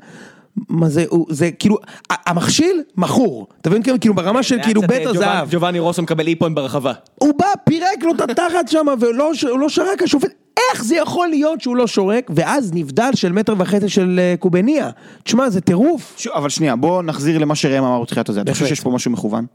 מה זה, הוא- זה כאילו, ה- המכשיל מכור, אתה מבין? כאילו, כאילו ברמה של כאילו קצת, בית אה, ג'ובאן- הזהב. ג'ובאני רוסו מקבל איפון ברחבה. הוא בא, פירק לו את התחת שם, ולא ש- הוא לא שרק השופט. איך זה יכול להיות שהוא לא שורק? ואז נבדל של מטר וחצי של אה, קובניה. תשמע, זה טירוף. ש- אבל שנייה, בוא נחזיר למה שראם אמר בתחילת הזה. אתה חושב בהחלט. שיש פה משהו מכוון?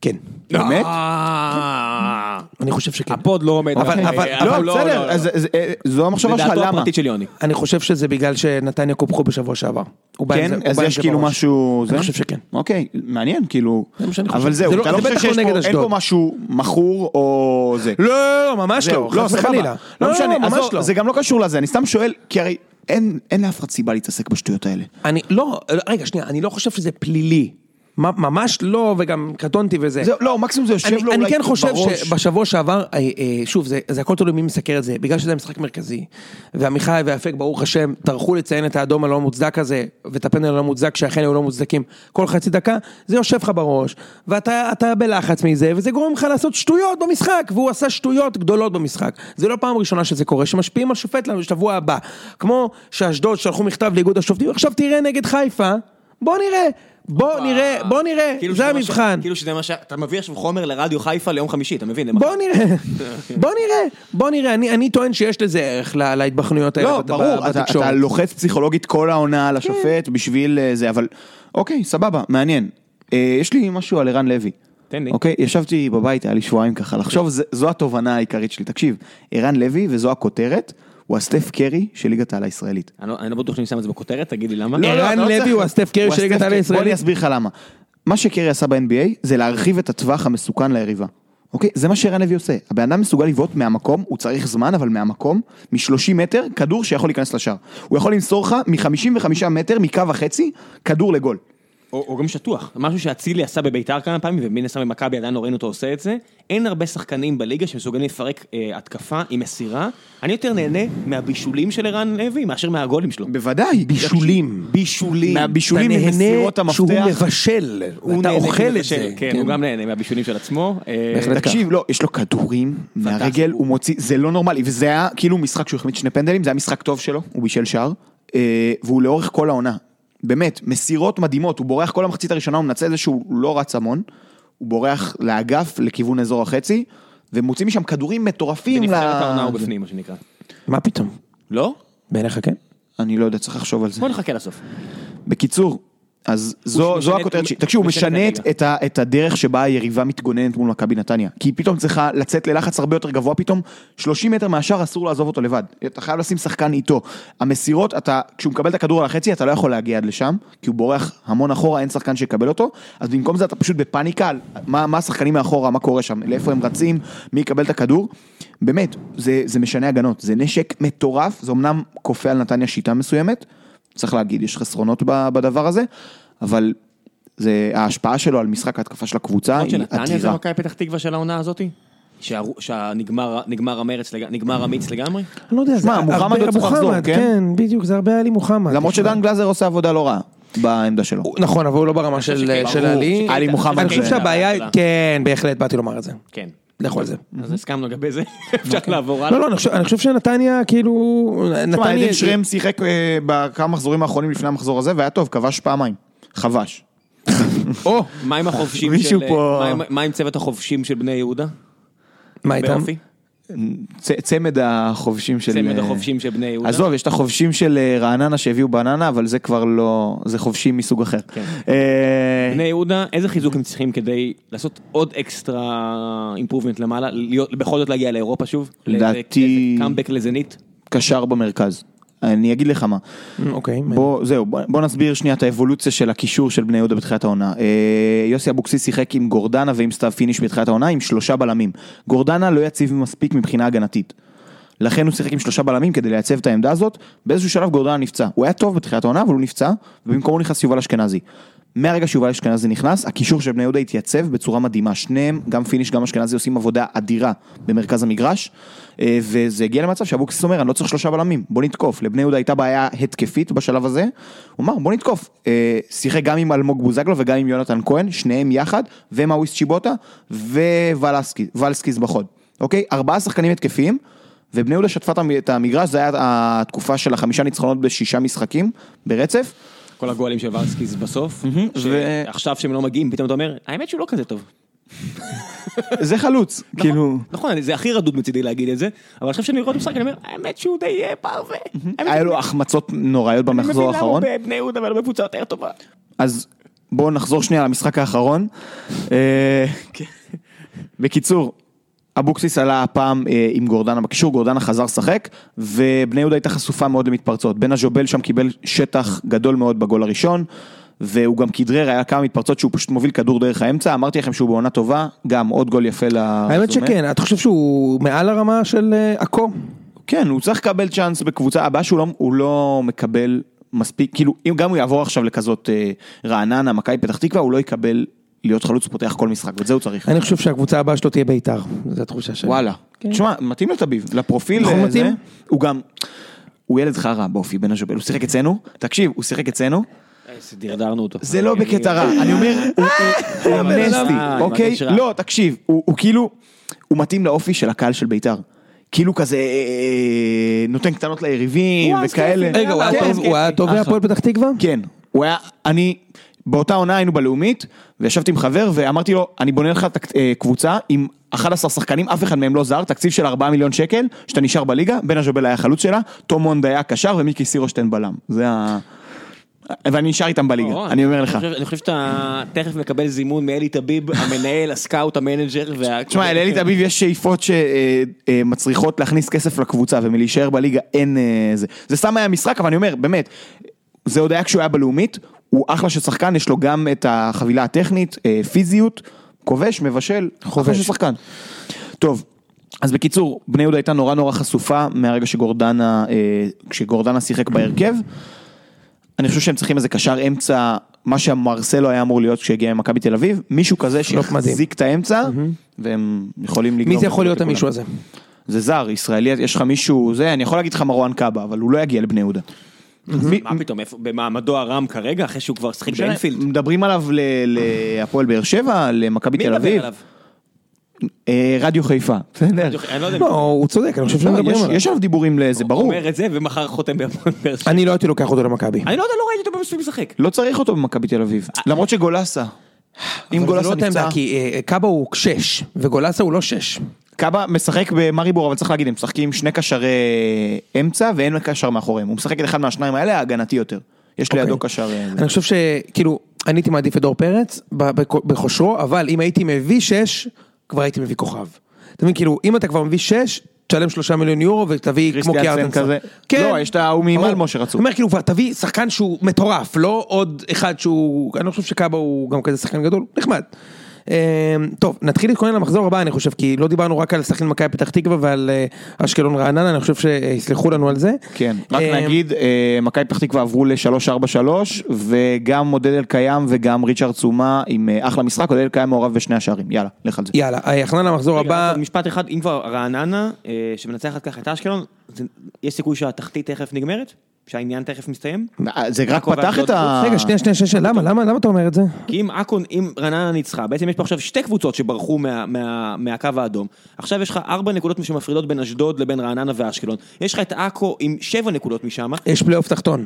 כן. באמת? אה. אני חושב שכן. הפוד לא עומד. אבל- מאחורי- אבל- אה, לא, בסדר, אז- אז- אה, זו המחשבה שלך, לדעתו למה? הפרטית של יוני. אני חושב שזה בגלל שנתניה קופחו בשבוע שעבר. הוא בא עם זה- הוא כן, אז בא עם יש זה כאילו בראש. משהו... אני זה? חושב שכן. אוקיי, מעניין, כאילו... זה מה שאני חושב. אבל זה זהו, לא- אתה לא זה חושב בטח שיש לא נגד פה, אין פה אשדוד. משהו מכור או זה. לא, ממש זהו, לא, חס סבבה. וחלילה. לא לא, משנה, ממש עזוב, לא. זה גם לא קשור לזה, אני סתם שואל, כי הרי אין אין לאף אחד סיבה להתעסק בשטויות האלה. אני לא, רגע, שנייה, אני לא חושב שזה פלילי. מה- ממש לא, וגם קטונתי וזה. זהו, לא, מקסימום זה יושב לו אני, אולי אני כן חושב בראש. שבשבוע שעבר, אה, אה, שוב, זה, זה הכל תלוי מי מסקר את זה, בגלל שזה משחק מרכזי, ועמיחי ואפק, ברוך השם, טרחו לציין את האדום הלא מוצדק הזה, ואת הפנדל הלא מוצדק, שאכן היו לא מוצדקים, כל חצי דקה, זה יושב לך בראש, ואתה אתה בלחץ מזה, וזה גורם לך לעשות שטויות במשחק, והוא עשה שטויות גדולות במשחק. זה לא פעם ראשונה שזה קורה, שמשפיעים על שופט לשבוע הבא. כמו שאשדוד שלחו מכתב לאיגוד השופטים, עכשיו תראה נגד חיפה, בוא נראה. בוא נראה, בוא נראה, כאילו כן, זה לא מה ש- המבחן. כאילו שזה מה ש... אתה מביא עכשיו חומר לרדיו חיפה ליום חמישי, אתה מבין? בוא נראה, בוא נראה, בוא נראה, אני, אני טוען שיש לזה ערך לה, להתבחנויות האלה לא, בת- ברור, אתה, בתקשורת. אתה לא- לוחץ פסיכולוגית כל העונה על השופט בשביל אה, זה, אבל אוקיי, סבבה, מעניין. אה, יש לי משהו על ערן לוי. תן לי. אוקיי, ישבתי בבית, היה לי שבועיים ככה אוקיי. לחשוב, זה- זו התובנה העיקרית שלי. תקשיב, ערן לוי, וזו הכותרת, הוא הסטף קרי של ליגת העל הישראלית. אני לא- אני לא בטוח שאני שם את זה בכותרת, תגיד לי למה. לא, אה, ערן אתה לוי צריך- הוא הסטף קרי הוא של ליגת הסטף העל קרי. בוא הישראלית? אני אסביר לך למה. מה שקרי עשה ב-NBA זה להרחיב את הטווח המסוכן ליריבה. אוקיי? זה מה שערן לוי עושה. הבן אדם מסוגל לבעוט מהמקום, הוא צריך זמן, אבל מהמקום, מ-30 מטר, כדור שיכול להיכנס לשער. הוא יכול למסור לך מ-55 מטר, מקו החצי, כדור לגול. או או גם שטוח. משהו שאצילי עשה בביתר כמה פעמים, ומין עשה במכבי, עדיין לא ראינו אותו עושה את זה. אין הרבה שחקנים בליגה שמסוגלים לפרק אה, התקפה עם מסירה. אני יותר נהנה מהבישולים של ערן לוי, מאשר מהגולים שלו. בוודאי. בישולים. בישולים. מהבישולים אתה נהנה ממסירות המפתח. שהוא מבשל, אתה נהנה אוכל את מבשל. זה. כן, הוא גם נהנה מהבישולים של עצמו. אה, בהחלט. תקשיב, לא, יש לו כדורים מהרגל, הוא מוציא, זה לא נורמלי, וזה היה כאילו משחק שהוא החמיץ שני פנדלים, זה היה משחק טוב שלו, הוא בישל שער, אה, והוא לאורך כל העונה, באמת, מסירות מדהימות, הוא בורח כל המחצית הראשונה, הוא מנצל את זה שהוא לא רץ המון, הוא בורח לאגף, לכיוון אזור החצי, ומוציא משם כדורים מטורפים. בנבחרת ל- העונה הוא בפנים, מה שנקרא. מה פתאום? לא? בעיניך כן? אני לא יודע, צריך לחשוב על זה. בוא נחכה לסוף. בקיצור, אז זו, זו משנה את- הכותרת שלי. תקשיבו, הוא משנה את משנה את, הליגה. את, ה- את הדרך שבה היריבה מתגוננת מול מכבי נתניה. כי היא פתאום צריכה לצאת ללחץ הרבה יותר גבוה פתאום. 30 מטר מהשאר אסור לעזוב אותו לבד. אתה חייב לשים שחקן איתו. המסירות, אתה, כשהוא מקבל את הכדור על החצי, אתה לא יכול להגיע עד לשם, כי הוא בורח המון אחורה, אין שחקן שיקבל אותו. אז במקום זה אתה פשוט בפאניקה, על מה, מה השחקנים מאחורה, מה קורה שם, לאיפה הם רצים, מי יקבל את הכדור. באמת, זה, זה משנה הגנות. זה נשק מטורף, זה אמנם כופה על נתניה שיטה מסוימת. צריך להגיד, יש חסרונות ב- בדבר הזה, אבל זה, ההשפעה שלו על משחק ההתקפה של הקבוצה למרות היא שנתניה זה עתירה. מכבי פתח תקווה של העונה הזאתי? שהרו- שנגמר נגמר המרץ, לג- נגמר אמיץ לגמרי? אני לא יודע, שמע, מוחמד הרבה- עוד צריך לחזור, מוחמד, כן? כן, בדיוק, זה הרבה היה לי מוחמד. למרות תשמע. שדן גלאזר עושה עבודה לא רעה בעמדה שלו. הוא- נכון, אבל הוא לא ברמה של שכן, של ברור. עלי. עלי מוחמד אני חושב זה- שהבעיה, כן, בהחלט, באתי לומר את זה. כן. לכו על זה. אז הסכמנו לגבי זה, אוקיי. אפשר לעבור הלאה. לא, לא, אני חושב- אני חושב שנתניה, כאילו... תשמע, נתניה... עדן שרם שיחק אה, בכמה מחזורים האחרונים לפני המחזור הזה, והיה טוב, כבש פעמיים. חבש. או, מה עם החובשים של... אה, מישהו פה- מה עם- מה עם צוות החובשים של בני יהודה? מה איתם? באופי? צ- צמד החובשים של... צמד אה, החובשים של בני יהודה? עזוב, יש את החובשים של אה, רעננה שהביאו בננה, אבל זה כבר לא... זה חובשים מסוג אחר. כן. אה, בני יהודה, איזה חיזוק הם צריכים כדי לעשות עוד אקסטרה אימפרובמנט למעלה, להיות, בכל זאת להגיע לאירופה שוב? לדעתי- קאמבק לזנית? קשר במרכז. אני אגיד לך מה. אוקיי. בוא, זהו, בוא, בוא נסביר שנייה את האבולוציה של הקישור של בני יהודה בתחילת העונה. אה, יוסי אבוקסיס שיחק עם גורדנה ועם סתיו פיניש בתחילת העונה עם שלושה בלמים. גורדנה לא יציב מספיק מבחינה הגנתית. לכן הוא שיחק עם שלושה בלמים כדי לייצב את העמדה הזאת. באיזשהו שלב גורדנה נפצע. הוא היה טוב בתחילת העונה, אבל הוא נפצע, ובמקומו נכנס יובל אשכנזי. מהרגע שיובל אשכנזי נכנס, הקישור של בני יהודה התייצב בצורה מדהימה. שניהם, גם פיניש, גם אשכנזי, עושים עבודה אדירה במרכז המגרש. אה, וזה הגיע למצב שאבוקסיס אומר, אני לא צריך שלושה בלמים, בוא נתקוף. לבני יהודה הייתה בעיה התקפית בשלב הזה. הוא אמר, בוא נתקוף. אה, שיחק גם עם אלמוג בוזגלו וגם עם יונתן כהן, שניהם יחד, ומאוויס צ'יבוטה ווולסקיס בחוד. אוקיי? ארבעה שחקנים התקפיים. ובני יהודה שטפה את המ- את המגרש, זו הייתה התקופה של החמישה ניצחונות בשישה משחקים ברצף. כל הגולים של ורסקיס בסוף, ו- שעכשיו שהם לא מגיעים, פתאום אתה אומר, האמת שהוא לא כזה טוב. זה חלוץ, כאילו... נכון, אני- זה הכי רדוד מצידי להגיד את זה, אבל עכשיו שאני רואה את המשחק, אני אומר, האמת שהוא די אה, פרווה. האמת, היה לו החמצות נוראיות אני מבין במחזור למה הוא האחרון. בבני יהודה ולא בקבוצה יותר טובה. אז בואו נחזור שנייה למשחק האחרון. אה, בקיצור, אבוקסיס עלה הפעם אה, עם גורדנה בקישור, גורדנה חזר לשחק, ובני יהודה הייתה חשופה מאוד למתפרצות. בן הז'ובל שם קיבל שטח גדול מאוד בגול הראשון. והוא גם כדרר, היה כמה מתפרצות שהוא פשוט מוביל כדור דרך האמצע, אמרתי לכם שהוא בעונה טובה, גם עוד גול יפה לרזומה. האמת שכן, אתה חושב שהוא מעל הרמה של אה, עכו? כן, הוא צריך לקבל צ'אנס בקבוצה, הבעיה שהוא לא, הוא לא מקבל מספיק, כאילו, אם גם הוא יעבור עכשיו לכזאת אה, רעננה, מכבי פתח תקווה, הוא לא יקבל להיות חלוץ פותח כל משחק, ואת זה הוא צריך. אני חושב שהקבוצה הבאה שלו תהיה בית"ר, זו התחושה שלי. וואלה. כן. תשמע, מתאים לתביב, לפרופיל נכון, אה, זה, מתאים. הוא גם, הוא ילד חרא באופי בן הז'ובל, הוא שיחק אצלנו, תקשיב, הוא שיחק אצלנו, איזה דרדרנו אותו. זה לא בקטע רע, אני אומר, הוא- הוא- הוא הבן אדם, אמנסטי, אה, אוקיי? מרגיש רע. לא, תקשיב, הוא הוא כאילו, הוא מתאים לאופי של הקהל של בית"ר. כאילו כזה אה, נותן קטנות ליריבים הוא אז וכאלה. כיפי, רגע, הוא כן, היה טוב- כן, הוא היה כן. טוב אחלה. בהפועל פתח תקווה? כן, הוא היה, אני, באותה עונה היינו בלאומית, וישבתי עם חבר ואמרתי לו, אני בונה לך תק, אה, קבוצה עם 11 שחקנים, אף אחד מהם לא זר, תקציב של 4 מיליון שקל, שאתה נשאר בליגה, בן הז'ובל היה החלוץ שלה, תום מונד היה קשר ומיקי סירושטיין בלם. זה ה... ואני נשאר איתם בליגה, אורן, אני אומר לך. חושב- אני חושב שאתה תכף מקבל זימון מאלי טביב, המנהל, הסקאוט, המנג'ר. וה- תשמע, לאלי כן. תביב יש שאיפות שמצריכות להכניס כסף לקבוצה ומלהישאר בליגה אין אה, זה. זה סתם היה משחק, אבל אני אומר, באמת, זה עוד היה כשהוא היה בלאומית, הוא אחלה של שחקן, יש לו גם את החבילה הטכנית, אה, פיזיות, כובש, מבשל, אחלה חובש. של שחקן. טוב. אז בקיצור, בני יהודה הייתה נורא נורא חשופה מהרגע שגורדנה, אה, כשגורדנה שיחק בהרכב. אני חושב שהם צריכים איזה קשר אמצע, מה שמרסלו היה אמור להיות כשהגיע ממכבי תל אביב, מישהו כזה פלופ לא מדהים. שיחזיק את האמצע, והם יכולים לגנוב. מי זה נקודות יכול להיות לכולם. המישהו הזה? זה זר, ישראלי, יש לך מישהו, זה, אני יכול להגיד לך מרואן קאבה, אבל הוא לא יגיע לבני יהודה. מי- מה פתאום, איפה- במעמדו הרם כרגע, אחרי שהוא כבר שיחק באנפילד. מדברים עליו ל- להפועל באר שבע, למכבי מי תל מדבר אביב, עליו? אה, רדיו חיפה. בסדר. אני לא יודע. לא, הוא צודק, אני חושב שמדברים יש- עליו. יש עליו דיבולים לזה, הוא ברור. אומר את זה ומחר חותם בהפועל באר שבע. אני לא הייתי לוקח אותו למכבי. אני לא יודע, לא ראיתי אותו במספיק משחק. לא צריך אותו במכבי תל אביב, למרות שגולסה. אם אה, אבל זה גולסה לא אותה נפצע, עמדה, כי אה, קאבה הוא שש, וגולסה הוא לא שש. קאבה משחק במריבור, אבל צריך להגיד, הם משחקים שני קשרי אמצע ואין קשר מאחוריהם. הוא משחק את אחד מהשניים האלה, ההגנתי יותר. יש לידו אוקיי. קשר... אה, זה. אני חושב שכאילו, אני הייתי מעדיף את דור פרץ ב- בכ- בכושרו, אבל אם הייתי מביא שש, כבר הייתי מביא כוכב. אתה מבין, כאילו, אם אתה כבר מביא שש, תשלם שלושה מיליון יורו ותביא כמו קריסטיאנסן קיארטנסון. כזה. לא, יש את ההוא ממלמו ברור. שרצו. אני אומר, כאילו, כבר תביא שחקן שהוא מטורף, לא עוד אחד שהוא, אני לא חושב שקאבה הוא גם כזה שחקן גדול, נחמד. אמ, טוב, נתחיל להתכונן למחזור הבא, אני חושב, כי לא דיברנו רק על סכנין מכבי פתח תקווה ועל אה, אשקלון רעננה, אני חושב שיסלחו לנו על זה. כן, רק אמ, נגיד, אה, מכבי פתח תקווה עברו ל-3-4-3, וגם עודד אלקיים וגם ריצ'רד צומה עם אה, אחלה משחק, עודד אלקיים מעורב בשני השערים, יאללה, לך על זה. יאללה, ההכנה למחזור רגע, הבא. רק עוד משפט אחד, אם כבר רעננה, אה, שמנצחת ככה את אשקלון, זה- יש סיכוי שהתחתית תכף נגמרת? שהעניין תכף מסתיים? אה, זה רק עכו פתח ואשדוד את ה... לא- רגע, שנייה, שנייה, שנייה, שנייה, למה, למה, למה אתה אומר את זה? כי אם עכו, אם רעננה ניצחה, בעצם יש פה עכשיו שתי קבוצות שברחו מה, מה, מהקו האדום. עכשיו יש לך ארבע נקודות שמפרידות בין אשדוד לבין רעננה ואשקלון. יש לך את עכו עם שבע נקודות משם. יש פלייאוף תחתון.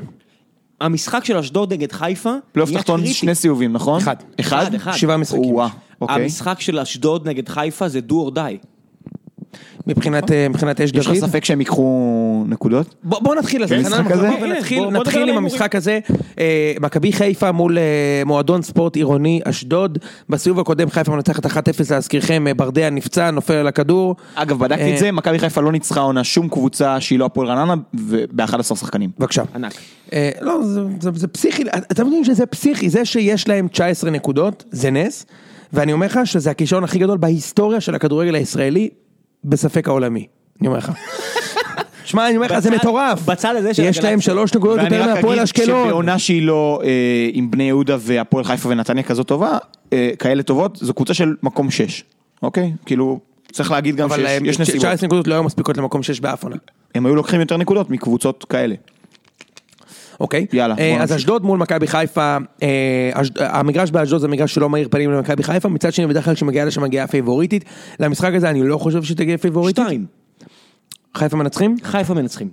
המשחק של אשדוד נגד חיפה, פלייאוף נהיה תחתון, קריטי. שני סיבובים, נכון? אחד. אחד? אחד, אחד. שבעה משחקים. וואו, אוקיי. המשחק של אשדוד נגד חיפה זה do or die. מבחינת אה, מבחינת אש יש לך דוד. ספק שהם ייקחו נקודות? בוא בוא נתחיל אז כן, נתחיל משחק עם הזה? המחזור ונתחיל- בוא- בוא נדבר על נתחיל עם ההימורים. המשחק הזה, אה, מכבי חיפה מול אה, מועדון ספורט עירוני אשדוד, בסיבוב הקודם חיפה מנצחת 1-0 להזכירכם, אה, ברדע נפצע, נופל על הכדור. אגב, בדקתי אה, את זה, מכבי חיפה לא ניצחה עונה שום קבוצה שהיא לא הפועל רעננה, ב-11 שחקנים. בבקשה. ענק. אה, לא, זה, זה, זה פסיכי, אתה מבין שזה פסיכי, זה שיש להם 19 נקודות, זה נס, ואני אומר לך שזה הכישרון הכי גדול בהיסטוריה של הכדורגל הישראלי, בספק העולמי, אני אומר לך. שמע, אני אומר לך, זה בצד- מטורף. בצד הזה של יש להם הגלקסיה. שלוש נקודות ואני יותר רק מהפועל אגיד אשקלון. שבעונה שהיא לא אה, עם בני יהודה והפועל חיפה ונתניה כזאת טובה, אה, כאלה טובות, זו קבוצה של מקום 6, אוקיי? כאילו, צריך להגיד גם אבל שיש להם אה, יש נסיבות. 19 נקודות לא היו מספיקות למקום 6 באף עונה. הם היו לוקחים יותר נקודות מקבוצות כאלה. אוקיי? יאללה, בוא אה, אז נמשיך. אשדוד מול מכבי חיפה, אה, אשד- המגרש באשדוד זה מגרש שלא מאיר פנים למכבי חיפה, מצד שני בדרך כלל כשמגיעה לשם מגיעה פייבוריטית. למשחק הזה אני לא חושב שתגיע פייבוריטית. שתיים, חיפה מנצחים? חיפה מנצחים.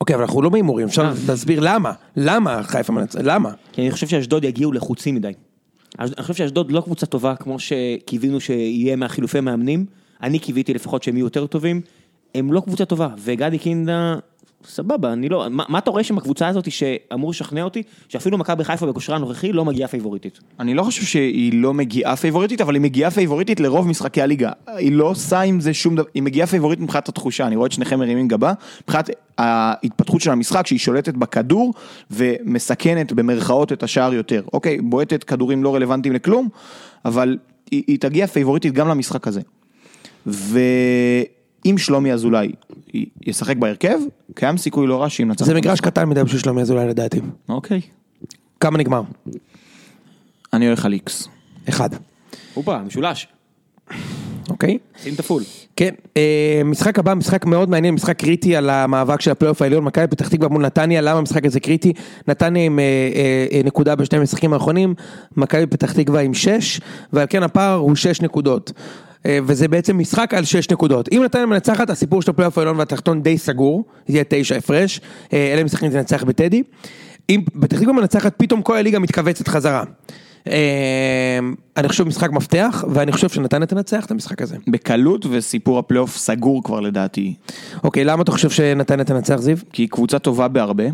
אוקיי, אבל אנחנו לא בהימורים, אפשר להסביר למה, למה חיפה מנצחים, למה? כי אני חושב שאשדוד יגיעו לחוצים מדי. אש- אני חושב שאשדוד לא קבוצה טובה כמו שקיווינו שיהיה מהחילופי מאמנים. אני קיוויתי לפחות שהם יהיו יותר טובים. הם לא קבוצה טובה, וגדי קינדה, סבבה, אני לא... מה, מה אתה רואה שם בקבוצה הזאת שאמור לשכנע אותי, שאפילו מכבי חיפה בכושרה הנוכחי לא מגיעה פייבוריטית? אני לא חושב שהיא לא מגיעה פייבוריטית, אבל היא מגיעה פייבוריטית לרוב משחקי הליגה. היא לא עושה עם זה שום דבר, היא מגיעה פייבוריטית מבחינת התחושה, אני רואה את שניכם מרימים גבה, מבחינת ההתפתחות של המשחק, שהיא שולטת בכדור ומסכנת במרכאות את השער יותר. אוקיי, בועטת כדורים לא רלוונטיים לכלום, אבל היא, היא תגיע פייבוריטית גם למשחק הזה. ואם שלומי אזולאי י- ישחק בהרכב, קיים סיכוי לא רע שהיא מנצחת. זה מגרש קטן מדי בשביל שלומי אזולאי לדעתי. אוקיי. כמה נגמר? אני הולך על איקס. אחד. הופה, משולש, אוקיי? שים את הפול. כן, אה, משחק הבא, משחק מאוד מעניין, משחק קריטי על המאבק של הפלייאוף העליון, מכבי פתח תקווה מול נתניה, למה המשחק הזה קריטי? נתניה עם אה, אה, אה, נקודה בשני המשחקים האחרונים, מכבי פתח תקווה עם 6, ועל כן הפער הוא 6 נקודות. אה, וזה בעצם משחק על 6 נקודות. אם נתניה מנצחת, הסיפור של הפלייאוף העליון והתחתון די סגור, זה יהיה 9 הפרש, אה, אלה משחקים לנצח בטדי. אם פתח תקווה מנצחת, פתאום כל הליגה מתכווצת חזרה. אה, אני חושב משחק מפתח, ואני חושב שנתניה תנצח את המשחק הזה. בקלות וסיפור הפלייאוף סגור כבר לדעתי. אוקיי, למה אתה חושב שנתניה תנצח זיו? כי היא קבוצה טובה בהרבה.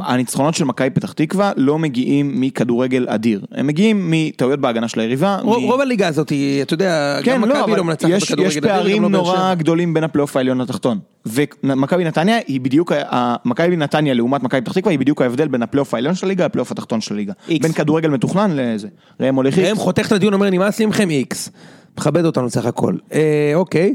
הניצחונות של מכבי פתח תקווה לא מגיעים מכדורגל אדיר, הם מגיעים מטעויות בהגנה של היריבה. מ- רוב רוב הליגה הזאת, היא, אתה יודע, כן, גם לא, מכבי אבל לא מנצחת יש, בכדורגל. יש אדיר, גם פערים לא באר נורא שבע. גדולים בין הפלייאוף העליון לתחתון. ומכבי נתניה היא בדיוק, ה- ה- מכבי נתניה לעומת מכבי פתח תקווה היא בדיוק ההבדל בין הפלייאוף העליון של הליגה לפלייאוף התחתון של הליגה. איקס. בין כדורגל מתוכנן לזה. ראם הולך ראם חותך את הדיון, אומר נמאס לי מכם איקס. מכבד אותנו סך הכל. אה, אוקיי.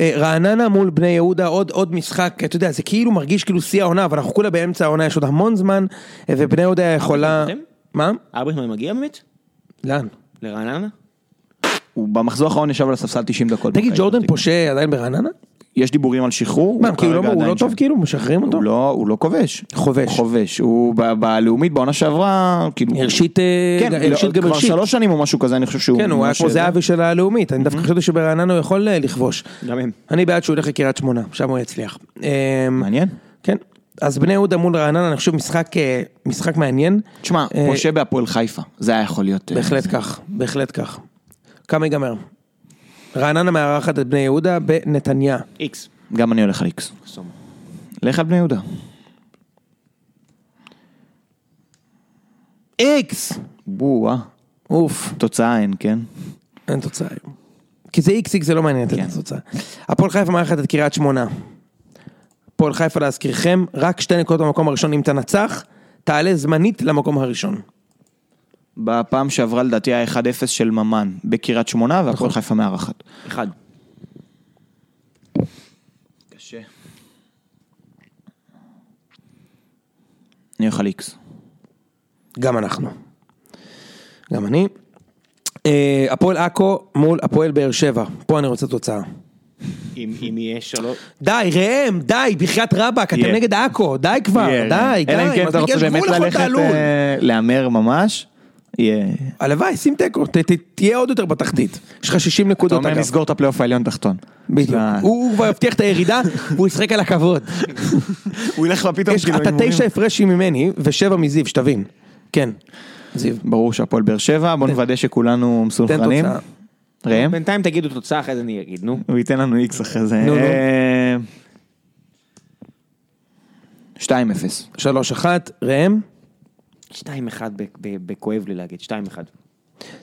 אה, רעננה מול בני יהודה, עוד, עוד משחק, אתה יודע, זה כאילו מרגיש כאילו שיא העונה, אבל אנחנו כולה באמצע העונה, יש עוד המון זמן, אה, ובני יהודה יכולה... אתם? מה? אברהם מגיע באמת? לאן? לרעננה? הוא במחזור האחרון ישב על הספסל 90 דקות. תגיד, במכבי ג'ורדן פתח תקווה. פושע עדיין ברעננה? יש דיבורים על שחרור. מה, כאילו, אוקיי. כרגע לא- הוא עדיין לא טוב שם. כאילו? משחררים אותו? הוא לא, הוא לא כובש. חובש. חובש. הוא ב- בלאומית בעונה שעברה, כאילו... הרשית אה, כן, ג- לא, הרשית גם כבר הרשית. שלוש שנים או משהו כזה, אני חושב שהוא... כן, הוא היה ממש- כמו זהבי של הלאומית, אני דווקא חשבתי שברעננה הוא יכול אה, לכבוש. גם הם. אני בעד שהוא ילך לקריית שמונה, שם הוא יצליח. אה, מעניין. כן. אז בני יהודה מול רעננה, אני חושב משחק, אה, משחק מעניין. תשמע, אה, משה בהפועל חיפה, זה היה יכול להיות... אה, בהחלט כך, בהחלט כך. כמה ייגמר? רעננה מארחת את בני יהודה בנתניה. איקס. גם אני הולך על איקס. חסום. לך על בני יהודה. איקס! בואה. אוף, תוצאה אין, כן? אין תוצאה היום. כי זה איקס איקס זה לא מעניין את התוצאה. הפועל חיפה מארחת את קריית שמונה. הפועל חיפה להזכירכם, רק שתי נקודות במקום הראשון, אם תנצח, תעלה זמנית למקום הראשון. בפעם שעברה לדעתי היה 1-0 של ממן בקריית שמונה נכון. והפועל חיפה מארחת. אחד. קשה. אני אוכל איקס. גם אנחנו. גם אני. אה, הפועל עכו מול הפועל באר שבע, פה אני רוצה תוצאה. אם אם יהיה שלוש... די, ראם, די, בחייאת רבאק, אתם יהיה. נגד עכו, די כבר, די, די, אלא אם כן אתה מספיק, רוצה יש באמת גבול לכל ללכת תעלול. אה, להמר ממש. יהיה. הלוואי, שים תיקו, ת- ת- תהיה עוד יותר בתחתית. יש לך 60 אתה נקודות, אומר אגב. נסגור את הפלייאוף העליון תחתון. בדיוק. אה, הוא הוא כבר הבטיח את הירידה, והוא ישחק על הכבוד. הוא ילך לפתאום יש- אתה תשע הפרשים ממני, ושבע מזיו, שתבין. כן, זיו. ברור שהפועל באר שבע, בוא נוודא שכולנו מסונכרנים. תוצאה. ראם? בינתיים תגידו תוצאה, אחרי זה אני אגיד, נו. הוא ייתן לנו איקס אחרי זה. נו, נו. אה, 2-0. שלוש אחת, ראם. 2-1 ב- ב- בכואב לי להגיד, 2-1.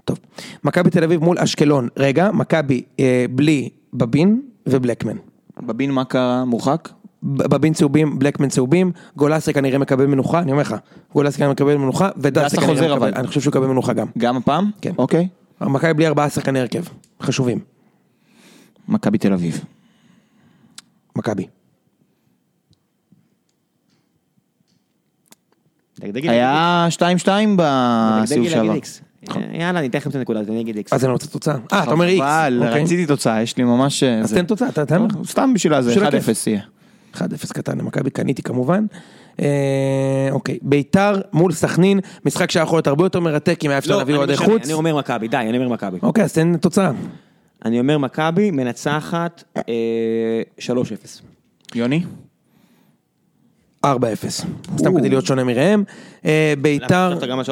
טוב. מכבי תל אביב מול אשקלון. רגע, מכבי אה, בלי בבין ובלקמן. בבין מכה מורחק? ב- בבין צהובים, בלקמן צהובים, גולסה כנראה מקבל מנוחה, אני אומר לך, גולסה כנראה מקבל מנוחה, דסה ודסה חוזר, כנראה אבל. מקבל, אני חושב שהוא יקבל מנוחה גם. גם הפעם? כן. אוקיי. מכבי בלי ארבעה שחקני הרכב, חשובים, מכבי תל אביב. מכבי. דגדגי. היה 2-2 בסיבוב דגדגי להגיד אה, שעבר. איקס. אה, יאללה, אני אתן לכם את הנקודות, אני אגיד איקס. אז אני רוצה תוצאה. אה, אתה אומר איקס. אבל אוקיי. רציתי תוצאה, יש לי ממש... אה, אז זה. תן תוצאה, אתה תן. נכון. סתם בשביל הזה, 1-0 בשביל הכיף. יהיה. 1-0 קטן למכבי, קניתי כמובן. אה, אוקיי, ביתר מול סכנין, משחק שהיה יכול להיות הרבה יותר מרתק אם היה אפשר לא, להביא אני אוהדי משנה, חוץ. אני אומר מכבי, די, אני אומר מכבי. אוקיי, אז תן תוצאה. אני אומר מכבי, מנצחת אה, 3-0. יוני? 4-0. סתם כדי להיות שונה מראם. אה, ביתר... אתה גם על 3-0?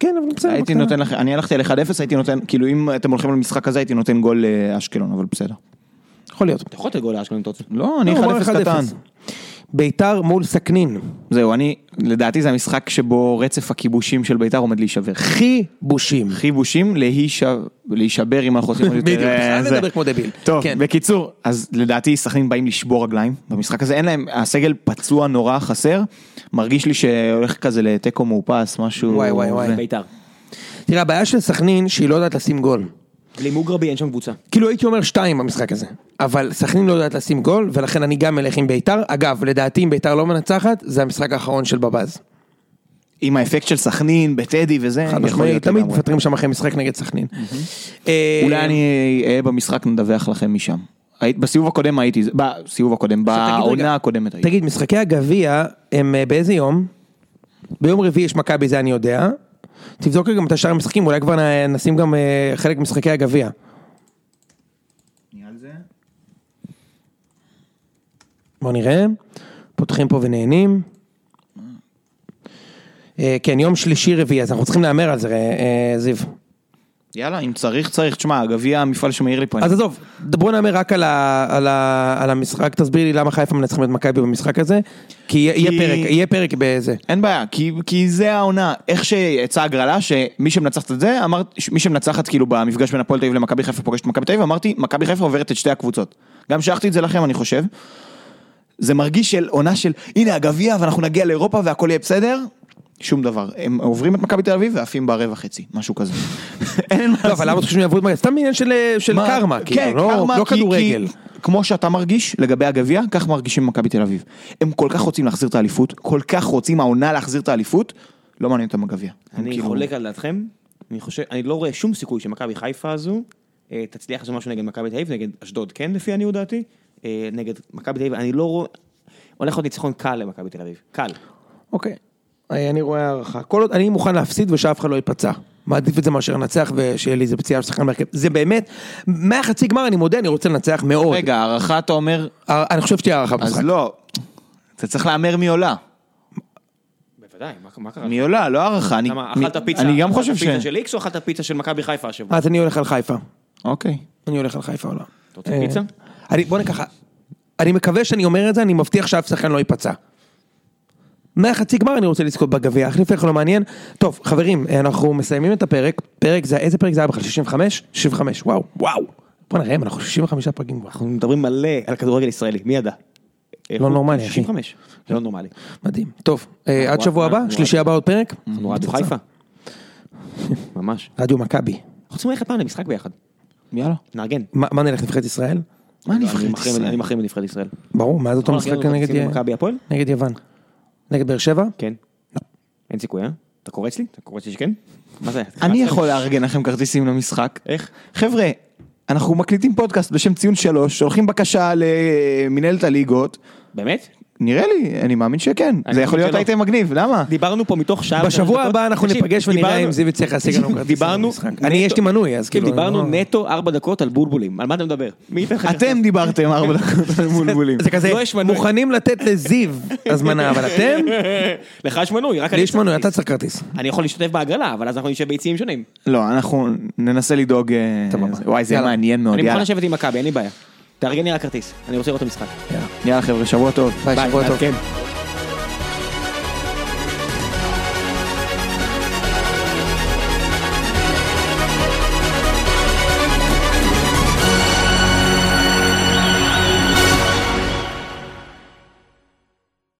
כן, אבל בסדר. הייתי בקטנה. נותן לכם, אני הלכתי על 1-0, הייתי נותן, כאילו אם אתם הולכים למשחק הזה הייתי נותן גול לאשקלון, אבל בסדר. יכול להיות. אתה יכול לתת גול לאשקלון אם אתה רוצה. לא, אני לא, הוא 1-0 אמר 1-0. קטן. ביתר מול סכנין. זהו, אני, לדעתי זה המשחק שבו רצף הכיבושים של ביתר עומד להישבר. חיבושים. חיבושים להישב- להישבר אם אנחנו עושים עוד יותר... בדיוק, אתה חייב אה, זה. לדבר כמו דביל. טוב, כן. בקיצור, אז לדעתי סכנין באים לשבור רגליים במשחק הזה, אין להם, הסגל פצוע נורא חסר, מרגיש לי שהולך כזה לתיקו מאופס, משהו... וואי, וואי, וואי. זה. ביתר. תראה, הבעיה של סכנין שהיא לא יודעת לשים גול. בלי מוגרבי אין שם קבוצה. כאילו הייתי אומר שתיים במשחק הזה, אבל סכנין לא יודעת לשים גול, ולכן אני גם אלך עם ביתר. אגב, לדעתי אם ביתר לא מנצחת, זה המשחק האחרון של בבאז. עם האפקט של סכנין, בטדי וזה, חד אה, יכול משמעית, להיות תמיד לגמרי. מפטרים שם אחרי משחק נגד סכנין. אה, אולי אני אהיה במשחק, נדווח לכם משם. היית- בסיבוב הקודם הייתי, בסיבוב הקודם, עכשיו תגיד רגע, בעונה הקודמת הייתי. תגיד, משחקי הגביע הם אה, באיזה יום? ביום רביעי יש מכבי, זה אני יודע. תבדוק גם את השאר המשחקים, אולי כבר נ- נשים גם אה, חלק ממשחקי הגביע. בואו נראה. פותחים פה ונהנים. אה, כן, יום שלישי רביעי, אז אנחנו צריכים להמר על זה, אה, זיו. יאללה, אם צריך, צריך. תשמע, הגביע, המפעל שמעיר לי פה. אז עזוב, בוא נאמר רק על, ה, על, ה, על המשחק, תסביר לי למה חיפה מנצחים את מכבי במשחק הזה, כי יהיה, כי- יהיה פרק, יהיה פרק בזה. אין בעיה, כי, כי זה העונה, איך שיצאה הגרלה, שמי שמנצחת את זה, אמרת, מי שמנצחת כאילו במפגש בין הפועל תל אביב למכבי חיפה פוגשת את מכבי תל אביב, אמרתי, מכבי חיפה עוברת את שתי הקבוצות. גם שלחתי את זה לכם, אני חושב. זה מרגיש של עונה של, הנה הגביע, ואנחנו נגיע לאירופה והכל יהיה בסדר. שום דבר, הם עוברים את מכבי תל אביב ועפים ברבע חצי, משהו כזה. אין מה לא, אבל למה אתם חושבים שיעברו את מכבי? סתם עניין של, של מה- כן, קרמה, כאילו, לא, קרמה, לא כי- כדורגל. כי כמו שאתה מרגיש לגבי הגביע, כך מרגישים מכבי תל אביב. הם כל כך רוצים להחזיר את האליפות, כל כך רוצים העונה להחזיר את האליפות, לא מעניין אותם הגביע. הם אני כאילו- חולק על דעתכם, אני חושב, אני לא רואה שום סיכוי שמכבי חיפה הזו אה, תצליח לעשות משהו נגד מכבי תל אביב, נגד אשדוד כן לפי עניות דעתי, אה, נגד מכבי תל אביב, אני לא רואה, הולך להיות ניצחון קל למכבי תל אביב, קל. אוקיי, אה, אני רואה הערכה. כל עוד אני מוכן להפסיד ושאף אחד לא ייפצע. מעדיף את זה מאשר לנצח ושיהיה לי איזה פציעה של שחקן בהרכב. זה באמת, מהחצי גמר אני מודה, אני רוצה לנצח מאוד. רגע, הערכה אתה אומר, אה, אני חושב שתהיה הערכה אז במשחק. לא. אתה צריך להמר מי עולה. בוודאי, מה- מה קרה? מי עולה, לא הערכה. אני- למה, מי- אכלת פיצה, אני גם אכלת חושב ש... פיצה של איקס או אכלת פיצה של מכבי חיפה השבוע? אז אני הולך על חיפה. אוקיי. אני הולך על חיפה אה, עולה. אתה רוצה פיצה? אני, בוא נקח, אני מקווה שאני אומר את זה, אני מבטיח שאף שחקן לא ייפצע. לא מהחצי גמר אני רוצה לזכות בגביע, החליף לך לא מעניין. טוב, חברים, אנחנו מסיימים את הפרק, פרק זה, איזה פרק זה היה בכלל? 65? 65, וואו, וואו. בוא'נה ראם, אנחנו 65 פרקים כבר. אנחנו מדברים מלא על כדורגל ישראלי, מי ידע? אה, לא נורמלי, אחי. כן. 65, זה לא נורמלי. מדהים. טוב, אה, עד וואו, שבוע וואו, הבא, וואו. שלישי הבא עוד פרק. אנחנו רדיו חיפה. ממש. רדיו מכבי. אנחנו צריכים ללכת פעם למשחק ביחד, יאללה. נארגן. מה מה נלך, נבחרת ישראל? מה אני נבחרת מחרים- ישראל? אני מחרים את נבחרת ישראל. ברור, מה זה אותו משחק אנחנו נגד לא. נגד י- מכבי הפועל? נגד יוון? נגד באר שבע? כן. אין סיכוי, אה? אתה קורץ לי? אתה קורץ לי שכן? מה זה? אני יכול לארגן לכם כרטיסים למשחק. איך? חבר'ה, אנחנו מקליטים פודקאסט בשם ציון שלוש, שולחים בקשה למנהלת הליגות. באמת? נראה לי, אני מאמין שכן. אני זה יכול להיות מאמין שלא. אייטם מגניב, למה? דיברנו פה מתוך שעה... בשבוע ושלוש דקות. הבא אנחנו תקשיב, ניפגש ונראה דיברנו- אם זיו יצליח להשיג לנו כרטיסים דיברנו... למשחק. אני, יש לי מנוי, אז כאילו, דיברנו אני לא- נטו ארבע דקות על בולבולים, על מה אתה מדבר? מי ייתן לך... אתם דיברתם ארבע דקות על בולבולים. זה כזה, לא יש מנוי. מוכנים לתת לזיו הזמנה, אבל אתם, לך יש מנוי, רק לי יש צריך מנוי, אתה כרטיס. צריך כרטיס. אני יכול להשתתף בהגרלה, אבל אז אנחנו נשב ביציעים שונים. לא, אנחנו ננסה לדאוג... אה, סבבה. זה- וואי, זה יהיה יאללה. מעניין מאוד, אני מוכן יאללה. לשבת עם מכבי, אין לי בעיה. תארגן לי רק כרטיס, אני רוצה לראות את המשחק. יאללה, יאללה חבר'ה, שבוע טוב. ביי, שבוע טוב. נעדכן.